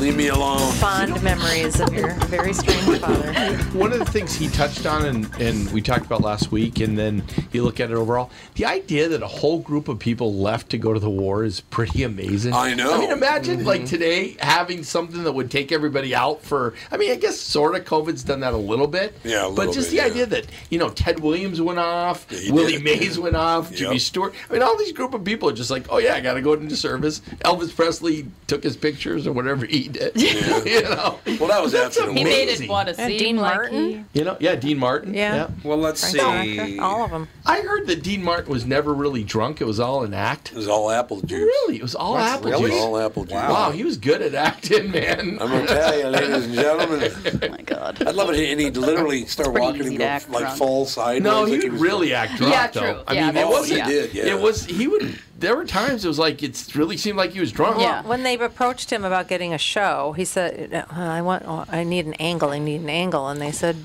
Speaker 1: Leave me alone.
Speaker 3: Fond memories of your very strange father.
Speaker 6: One of the things he touched on and, and we talked about last week, and then you look at it overall, the idea that a whole group of people left to go to the war is pretty amazing.
Speaker 1: I know.
Speaker 6: I mean, imagine
Speaker 4: Mm-hmm.
Speaker 6: like today having something that would take everybody out for, I mean, I guess sort of COVID's done that a little bit.
Speaker 1: Yeah, a
Speaker 6: But
Speaker 1: little
Speaker 6: just
Speaker 1: bit,
Speaker 6: the
Speaker 1: yeah.
Speaker 6: idea that, you know, Ted Williams went off,
Speaker 1: he
Speaker 6: Willie
Speaker 1: did.
Speaker 6: Mays went off, Jimmy
Speaker 1: Yep.
Speaker 6: Stewart. I mean, all these group of people are just like, oh, yeah, I got to go into service. Elvis Presley took his pictures or whatever he did. you know?
Speaker 1: Well, that was
Speaker 6: That's
Speaker 1: after the
Speaker 2: He
Speaker 1: war.
Speaker 2: made
Speaker 6: Amazing.
Speaker 2: it want to
Speaker 3: Yeah,
Speaker 2: seem
Speaker 3: Dean
Speaker 2: like
Speaker 3: Martin.
Speaker 2: he-
Speaker 6: You know, yeah, Dean Martin.
Speaker 3: Yeah.
Speaker 4: Well, let's
Speaker 3: Frank
Speaker 4: see.
Speaker 3: Sinatra, all of them.
Speaker 6: I heard that Dean Martin was never really drunk. It was all an act.
Speaker 1: It was all apple juice.
Speaker 6: Really? It was all apple
Speaker 1: It was
Speaker 6: juice.
Speaker 1: all apple juice.
Speaker 6: Wow. he was good at acting, man.
Speaker 1: I'm gonna tell you, ladies and gentlemen.
Speaker 2: Oh my god.
Speaker 1: I'd love it. And he'd literally start
Speaker 2: pretty
Speaker 1: walking
Speaker 2: easy
Speaker 1: and
Speaker 2: to
Speaker 1: go
Speaker 2: act
Speaker 1: like
Speaker 2: drunk.
Speaker 1: fall sideways.
Speaker 6: no,
Speaker 1: like
Speaker 6: he would
Speaker 1: was-
Speaker 6: really act drunk,
Speaker 2: Yeah,
Speaker 6: though.
Speaker 2: true.
Speaker 6: I
Speaker 2: Yeah,
Speaker 6: mean, it
Speaker 2: that's-
Speaker 1: Oh,
Speaker 6: wasn't.
Speaker 1: he
Speaker 2: yeah.
Speaker 1: did. Yeah.
Speaker 6: It was. He would. There were times it was like it really seemed like he was drunk.
Speaker 2: Yeah.
Speaker 3: When they approached him about getting a show, he said, "Uh, "I want, I need an angle. I need an angle." And they said,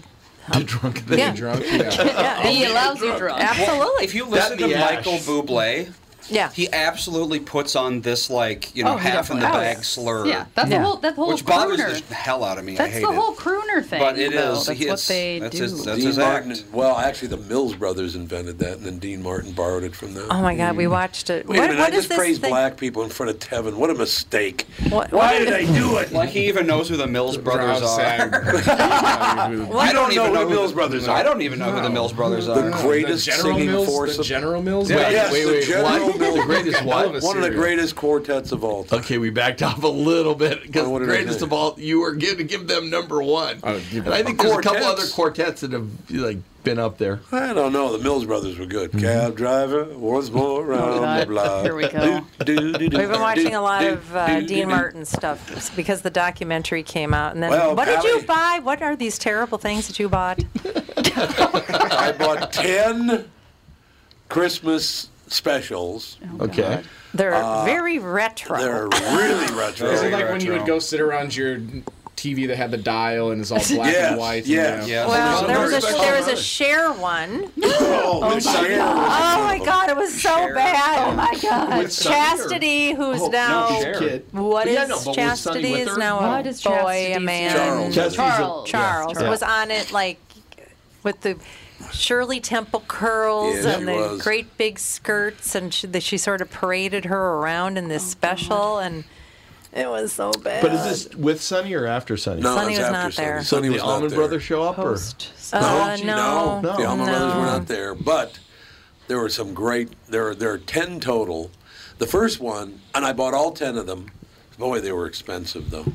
Speaker 6: The drunk thing.
Speaker 3: Yeah.
Speaker 6: Drunk. Yeah.
Speaker 3: "Yeah,
Speaker 2: He allows you drunk.
Speaker 3: absolutely,
Speaker 4: If you
Speaker 6: That'd
Speaker 4: listen to
Speaker 6: be Ash.
Speaker 4: Michael Bublé,
Speaker 3: yeah."
Speaker 4: he absolutely puts on this like you know
Speaker 3: Oh, he
Speaker 4: half in the
Speaker 3: definitely
Speaker 4: bag
Speaker 3: does.
Speaker 4: slur,
Speaker 2: Yeah, that's
Speaker 3: Yeah.
Speaker 2: the whole that whole
Speaker 4: which bothers
Speaker 2: crooner.
Speaker 4: the hell out of me. I
Speaker 2: That's
Speaker 4: hate
Speaker 2: the
Speaker 4: it.
Speaker 2: whole crooner thing.
Speaker 4: But it
Speaker 2: though.
Speaker 4: is-
Speaker 2: That's what
Speaker 4: it's-
Speaker 2: they
Speaker 4: that's
Speaker 2: do.
Speaker 4: his- that's-
Speaker 1: Dean
Speaker 4: his
Speaker 1: Martin.
Speaker 4: act.
Speaker 1: Well, actually, the Mills brothers invented that, and then Dean Martin borrowed it from them.
Speaker 3: Oh my God, we watched it.
Speaker 1: Wait a
Speaker 3: What-
Speaker 1: minute!
Speaker 3: what
Speaker 1: I
Speaker 3: is
Speaker 1: just
Speaker 3: this
Speaker 1: praised
Speaker 3: thing-
Speaker 1: black people in front of Tevin. What a mistake!
Speaker 3: What-
Speaker 1: Why
Speaker 3: what-
Speaker 1: did I do it?
Speaker 4: Like he even knows who the Mills brothers are.
Speaker 3: What?
Speaker 4: I don't even
Speaker 1: who
Speaker 4: know
Speaker 1: the Mills brothers are.
Speaker 4: I don't even know who the Mills brothers are.
Speaker 1: The greatest singing force of
Speaker 12: General Mills.
Speaker 6: Wait,
Speaker 1: Yes,
Speaker 6: wait,
Speaker 1: the
Speaker 6: wait.
Speaker 1: General
Speaker 6: What?
Speaker 1: Mills.
Speaker 6: The greatest what?
Speaker 1: one of the greatest quartets of all time.
Speaker 6: Okay, we backed off a little bit because
Speaker 1: Oh, what did I
Speaker 6: greatest
Speaker 1: do?
Speaker 6: of all, you were going to give them number one.
Speaker 12: Oh, you-
Speaker 6: and I think there's a couple
Speaker 1: Quartets.
Speaker 6: other quartets that have like been up there.
Speaker 1: I don't know. The Mills brothers were good. Cab driver, once
Speaker 2: Oh,
Speaker 1: more round the
Speaker 2: God.
Speaker 1: block.
Speaker 2: Here we go.
Speaker 1: Do, do, do,
Speaker 3: We've been
Speaker 1: do,
Speaker 3: watching a lot
Speaker 1: do,
Speaker 3: of uh,
Speaker 1: do, do,
Speaker 3: Dean
Speaker 1: do.
Speaker 3: Martin stuff because the documentary came out, and then
Speaker 1: Well,
Speaker 3: what did you
Speaker 1: Pally-
Speaker 3: buy? What are these terrible things that you bought?
Speaker 1: I bought ten Christmas specials.
Speaker 3: Oh.
Speaker 6: Okay.
Speaker 3: They're
Speaker 4: Uh,
Speaker 3: very retro.
Speaker 1: They're really retro.
Speaker 12: Is it like when you
Speaker 4: retro.
Speaker 12: would go sit around your TV that had the dial and it's all black
Speaker 1: Yes,
Speaker 12: and white?
Speaker 1: yes.
Speaker 12: And,
Speaker 4: Yeah.
Speaker 3: well,
Speaker 1: Some
Speaker 3: there
Speaker 1: are
Speaker 3: was a
Speaker 1: special.
Speaker 3: there was a share one.
Speaker 1: oh, the chair
Speaker 3: Oh
Speaker 1: was
Speaker 3: my
Speaker 1: incredible.
Speaker 3: God, it was so
Speaker 4: Cher.
Speaker 3: bad. Oh my God,
Speaker 6: Sunny or-
Speaker 3: Chastity, who's
Speaker 6: Oh, no,
Speaker 3: now
Speaker 6: Cher. Kid.
Speaker 3: what is
Speaker 6: Yeah, no, but was Sunny
Speaker 3: Chastity
Speaker 6: with
Speaker 3: is
Speaker 6: her?
Speaker 3: now
Speaker 2: What
Speaker 3: a
Speaker 2: is
Speaker 3: boy,
Speaker 2: Chastity's
Speaker 3: a man.
Speaker 1: Charles.
Speaker 6: Chastity's a-
Speaker 2: Charles.
Speaker 3: Charles
Speaker 6: Yeah.
Speaker 3: was on it like with the Shirley Temple curls
Speaker 1: Yeah, she
Speaker 3: and the
Speaker 1: was.
Speaker 3: great big skirts, and she, that she sort of paraded her around in this
Speaker 6: Oh,
Speaker 3: special, and it was so bad.
Speaker 6: But is this with Sunny or after Sunny?
Speaker 1: No,
Speaker 3: Sonny
Speaker 1: it was
Speaker 3: was
Speaker 1: after
Speaker 3: not
Speaker 1: Sonny.
Speaker 3: there.
Speaker 1: Sonny
Speaker 6: Did
Speaker 1: was
Speaker 6: the
Speaker 1: not
Speaker 6: Almond
Speaker 1: there.
Speaker 6: Brothers show up or?
Speaker 2: Post.
Speaker 3: Uh,
Speaker 1: no,
Speaker 3: no,
Speaker 1: the Almond Brothers were
Speaker 3: no.
Speaker 1: not there, but there were some great. There, there are ten total. The first one, and I bought all ten of them. Boy, they were expensive though.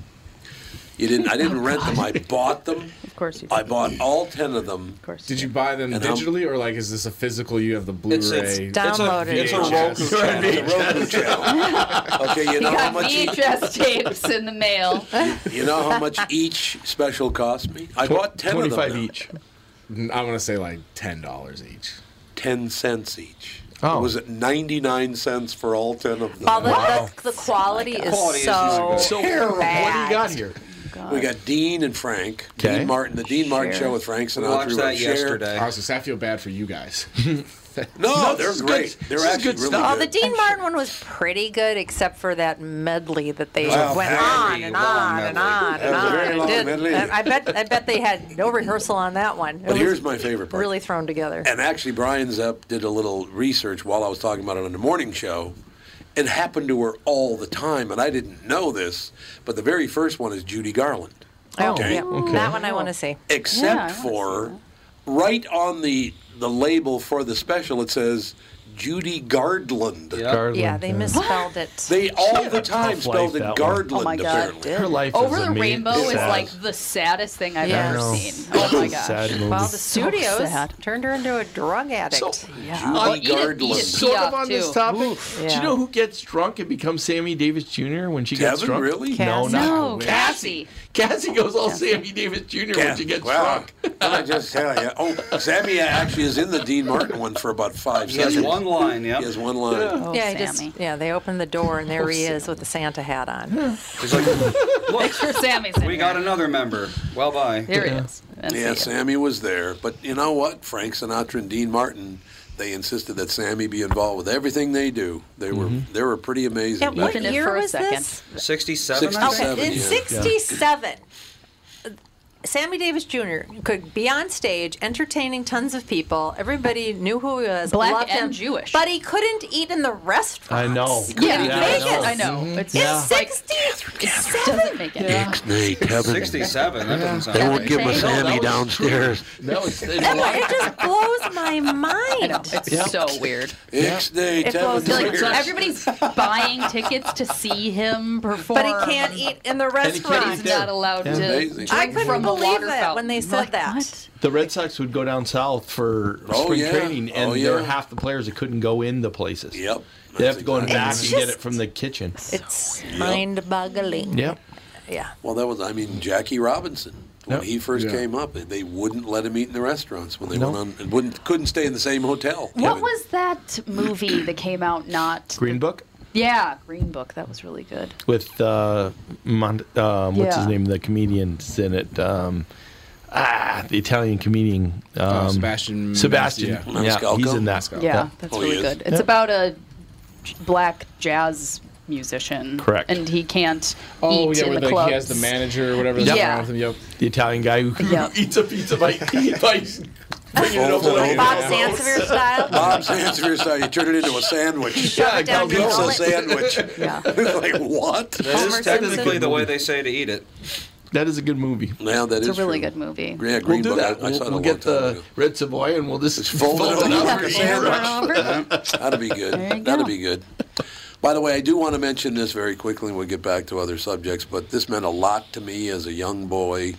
Speaker 1: You didn't. I
Speaker 3: Oh,
Speaker 1: didn't rent them. I bought them.
Speaker 2: Of course you
Speaker 1: I
Speaker 2: did.
Speaker 1: bought all ten of them.
Speaker 2: Of course.
Speaker 12: Did you buy them
Speaker 1: And how-
Speaker 12: digitally or like is this a physical? You have the Blu-ray.
Speaker 4: It's, it's, it's, a,
Speaker 3: Downloaded.
Speaker 4: it's a
Speaker 12: VHS.
Speaker 4: Roku channel.
Speaker 1: Roku channel. Okay, you
Speaker 2: He
Speaker 1: know how
Speaker 2: got
Speaker 1: much each,
Speaker 2: VHS tapes in the mail.
Speaker 1: you know how much each special cost me? I bought ten of them.
Speaker 6: 25
Speaker 1: now.
Speaker 6: each.
Speaker 12: I want to say like ten dollars each.
Speaker 1: Ten cents each.
Speaker 6: Oh.
Speaker 1: It was at ninety nine cents for all ten of them.
Speaker 3: Well, the, the, the quality is
Speaker 2: Oh
Speaker 4: Quality is
Speaker 3: so,
Speaker 4: not
Speaker 6: So Harold, what do you
Speaker 3: bad.
Speaker 6: got here?
Speaker 1: We got Dean and Frank.
Speaker 6: Okay.
Speaker 1: Dean Martin, the Dean Martin show with Frank
Speaker 4: We
Speaker 1: Sinatra.
Speaker 4: watched that
Speaker 1: Cher.
Speaker 4: yesterday.
Speaker 12: I was just, I feel bad for you guys.
Speaker 1: No,
Speaker 6: this
Speaker 1: they're
Speaker 6: is
Speaker 1: great.
Speaker 6: good-
Speaker 1: They're
Speaker 6: this is
Speaker 1: actually
Speaker 6: good
Speaker 1: really
Speaker 6: stuff.
Speaker 3: Oh,
Speaker 1: good.
Speaker 3: the Dean Martin one was pretty good, except for that medley that they
Speaker 1: Wow,
Speaker 3: went
Speaker 1: very
Speaker 3: on and
Speaker 4: long
Speaker 3: on and
Speaker 4: medley.
Speaker 3: on and
Speaker 1: That was a
Speaker 3: on
Speaker 1: very
Speaker 3: and
Speaker 1: long
Speaker 3: did did.
Speaker 1: Definitely.
Speaker 3: I bet. I bet they had no rehearsal on that one. It
Speaker 1: But
Speaker 3: was
Speaker 1: here's my favorite part.
Speaker 3: really thrown together.
Speaker 1: And actually, Brian Zepp did a little research while I was talking about it on the morning show. It happened to her all the time, and I didn't know this, but the very first one is Judy Garland.
Speaker 3: Oh, yeah. That one I want to see.
Speaker 1: Except for right on the the label for the special, it says Judy Gardland.
Speaker 3: Yeah, they misspelled it.
Speaker 1: They all the time
Speaker 6: tough
Speaker 1: spelled
Speaker 6: life,
Speaker 1: it
Speaker 6: that one.
Speaker 1: Gardland.
Speaker 6: Oh my God,
Speaker 1: apparently.
Speaker 6: dude. Her life
Speaker 2: Over
Speaker 6: is
Speaker 2: the
Speaker 6: amazing.
Speaker 2: Rainbow is
Speaker 6: Sad.
Speaker 2: like the saddest thing I've
Speaker 6: Yeah.
Speaker 2: ever
Speaker 6: I know.
Speaker 2: seen. Oh my gosh.
Speaker 6: Sad movie.
Speaker 3: Well, the
Speaker 2: So
Speaker 3: studios
Speaker 2: sad.
Speaker 3: turned her into a drug addict. yeah.
Speaker 2: Well,
Speaker 6: On-
Speaker 2: eat it- eat it
Speaker 6: sort
Speaker 2: up,
Speaker 6: of on this
Speaker 2: too.
Speaker 6: topic.
Speaker 2: Oof.
Speaker 6: Do
Speaker 2: Yeah.
Speaker 6: you know who gets drunk and becomes Sammy Davis Jr. when she gets
Speaker 1: Kevin,
Speaker 6: drunk?
Speaker 1: really?
Speaker 6: No,
Speaker 1: Cassie.
Speaker 6: not
Speaker 1: No,
Speaker 6: Cassie. Cassie goes all Sammy Davis Jr. when she gets
Speaker 1: Wow.
Speaker 6: drunk.
Speaker 1: Can I just tell you? Oh, Sammy actually is in the Dean Martin one for about five
Speaker 4: He has
Speaker 1: seconds.
Speaker 4: one line, yeah.
Speaker 1: He has one line.
Speaker 6: Oh,
Speaker 3: yeah, he just, yeah, they opened the door and there he is with the Santa hat on.
Speaker 4: He's like,
Speaker 2: Make sure Sammy's in
Speaker 4: we
Speaker 2: here.
Speaker 4: got another member. Well, bye.
Speaker 2: There he is. That's
Speaker 1: yeah,
Speaker 2: it.
Speaker 1: Sammy was there. But you know what? Frank Sinatra and Dean Martin, they insisted that Sammy be involved with everything they do. They were
Speaker 6: Mm-hmm.
Speaker 1: they were pretty amazing.
Speaker 3: Yeah, what year was this?
Speaker 4: 67, I think?
Speaker 3: Okay, in '67, Sammy Davis Jr. could be on stage, entertaining tons of people. Everybody knew who he was,
Speaker 2: Black
Speaker 3: loved
Speaker 2: and
Speaker 3: him,
Speaker 2: Jewish.
Speaker 3: but he couldn't eat in the restaurant.
Speaker 6: I know.
Speaker 3: Yeah,
Speaker 2: Vegas.
Speaker 3: I
Speaker 2: I
Speaker 3: know.
Speaker 2: know.
Speaker 1: Mm-hmm.
Speaker 2: It's,
Speaker 6: Yeah.
Speaker 2: it's like, doesn't make it.
Speaker 1: Nate, heaven.
Speaker 4: 67. That doesn't sound
Speaker 1: They
Speaker 4: right.
Speaker 1: won't give him a
Speaker 2: No, that
Speaker 1: Sammy
Speaker 4: was-
Speaker 1: downstairs.
Speaker 6: That was
Speaker 3: That one- it just blows my mind.
Speaker 2: I know. It's so weird.
Speaker 1: X Nate,
Speaker 3: It
Speaker 1: heaven.
Speaker 3: blows my
Speaker 2: Like, everybody's buying tickets to see him perform.
Speaker 3: But he can't eat in the
Speaker 2: But
Speaker 3: restaurant.
Speaker 2: he's not allowed
Speaker 6: Yeah.
Speaker 2: to
Speaker 1: Amazing.
Speaker 2: drink
Speaker 3: I couldn't
Speaker 2: from a
Speaker 3: believe
Speaker 2: water
Speaker 3: that
Speaker 2: fountain.
Speaker 3: when they
Speaker 2: I'm
Speaker 3: said
Speaker 2: like,
Speaker 3: that.
Speaker 2: what?
Speaker 6: The Red Sox would go down south for
Speaker 1: Oh,
Speaker 6: spring
Speaker 1: yeah.
Speaker 6: training, and
Speaker 1: Oh,
Speaker 6: there were
Speaker 1: yeah.
Speaker 6: half the players that couldn't go in the places.
Speaker 1: Yep.
Speaker 6: They have to go in
Speaker 1: That's
Speaker 6: back
Speaker 3: It's
Speaker 6: and get
Speaker 3: just-
Speaker 6: it from the kitchen.
Speaker 3: It's mind-boggling.
Speaker 6: Yep.
Speaker 3: Yeah.
Speaker 1: Well, that was, I mean, Jackie Robinson. When
Speaker 6: Yep.
Speaker 1: he first
Speaker 12: Yeah.
Speaker 1: came up, they wouldn't let him eat in the restaurants when they
Speaker 6: No.
Speaker 1: went on, and wouldn't couldn't stay in the same hotel.
Speaker 2: What was that movie that came out not?
Speaker 6: Green Book
Speaker 2: Yeah, Green Book. That was really good.
Speaker 6: with uh, Mon- um, what's his
Speaker 2: Yeah.
Speaker 6: name? The comedian's in it. Um, ah, the Italian comedian. Um,
Speaker 12: Uh, Sebastian-
Speaker 6: Sebastian.
Speaker 12: yeah.
Speaker 6: Yeah, he's
Speaker 1: Maniscalco?
Speaker 6: in that.
Speaker 12: Maniscalco.
Speaker 2: Yeah,
Speaker 6: Yeah.
Speaker 2: that's
Speaker 1: Oh, he
Speaker 2: really
Speaker 1: is?
Speaker 2: good. It's
Speaker 6: Yeah.
Speaker 2: about a j- black jazz musician.
Speaker 6: Correct.
Speaker 2: And he can't
Speaker 12: Oh
Speaker 2: eat
Speaker 12: yeah,
Speaker 2: in
Speaker 12: where
Speaker 2: the,
Speaker 12: the,
Speaker 2: clubs.
Speaker 12: he has the manager or whatever.
Speaker 2: Yep.
Speaker 12: that's
Speaker 2: Yeah.
Speaker 12: wrong with him. Yep.
Speaker 6: The Italian guy who
Speaker 2: Yeah.
Speaker 6: eats a pizza by, by bringing it up.
Speaker 1: Folded
Speaker 6: and
Speaker 1: over.
Speaker 3: Bob
Speaker 6: over.
Speaker 3: Sansevier style.
Speaker 1: Bob Sansevier style. You turn it into a sandwich.
Speaker 3: Shove it down your
Speaker 1: Pizza
Speaker 3: gullet.
Speaker 1: sandwich.
Speaker 2: Yeah.
Speaker 1: like what?
Speaker 4: That
Speaker 3: Homer
Speaker 4: is technically
Speaker 3: Simpson.
Speaker 4: the way they say to eat it.
Speaker 6: That is a good movie.
Speaker 1: Now that
Speaker 2: It's
Speaker 1: is
Speaker 2: a really
Speaker 1: true.
Speaker 2: good movie.
Speaker 1: Yeah, Green
Speaker 6: we'll do
Speaker 1: Book.
Speaker 6: that.
Speaker 1: I, I
Speaker 6: we'll
Speaker 1: saw it a
Speaker 6: we'll
Speaker 1: long
Speaker 6: get
Speaker 1: time
Speaker 6: the
Speaker 1: ago.
Speaker 6: Red Savoy and we'll just
Speaker 1: fold it up.
Speaker 6: over.
Speaker 1: Over
Speaker 2: Yeah,
Speaker 1: sandwich.
Speaker 2: over and over.
Speaker 1: That'd be good.
Speaker 2: There you
Speaker 1: That'd
Speaker 2: go.
Speaker 1: be good. By the way, I do want to mention this very quickly, and we'll get back to other subjects. But this meant a lot to me as a young boy.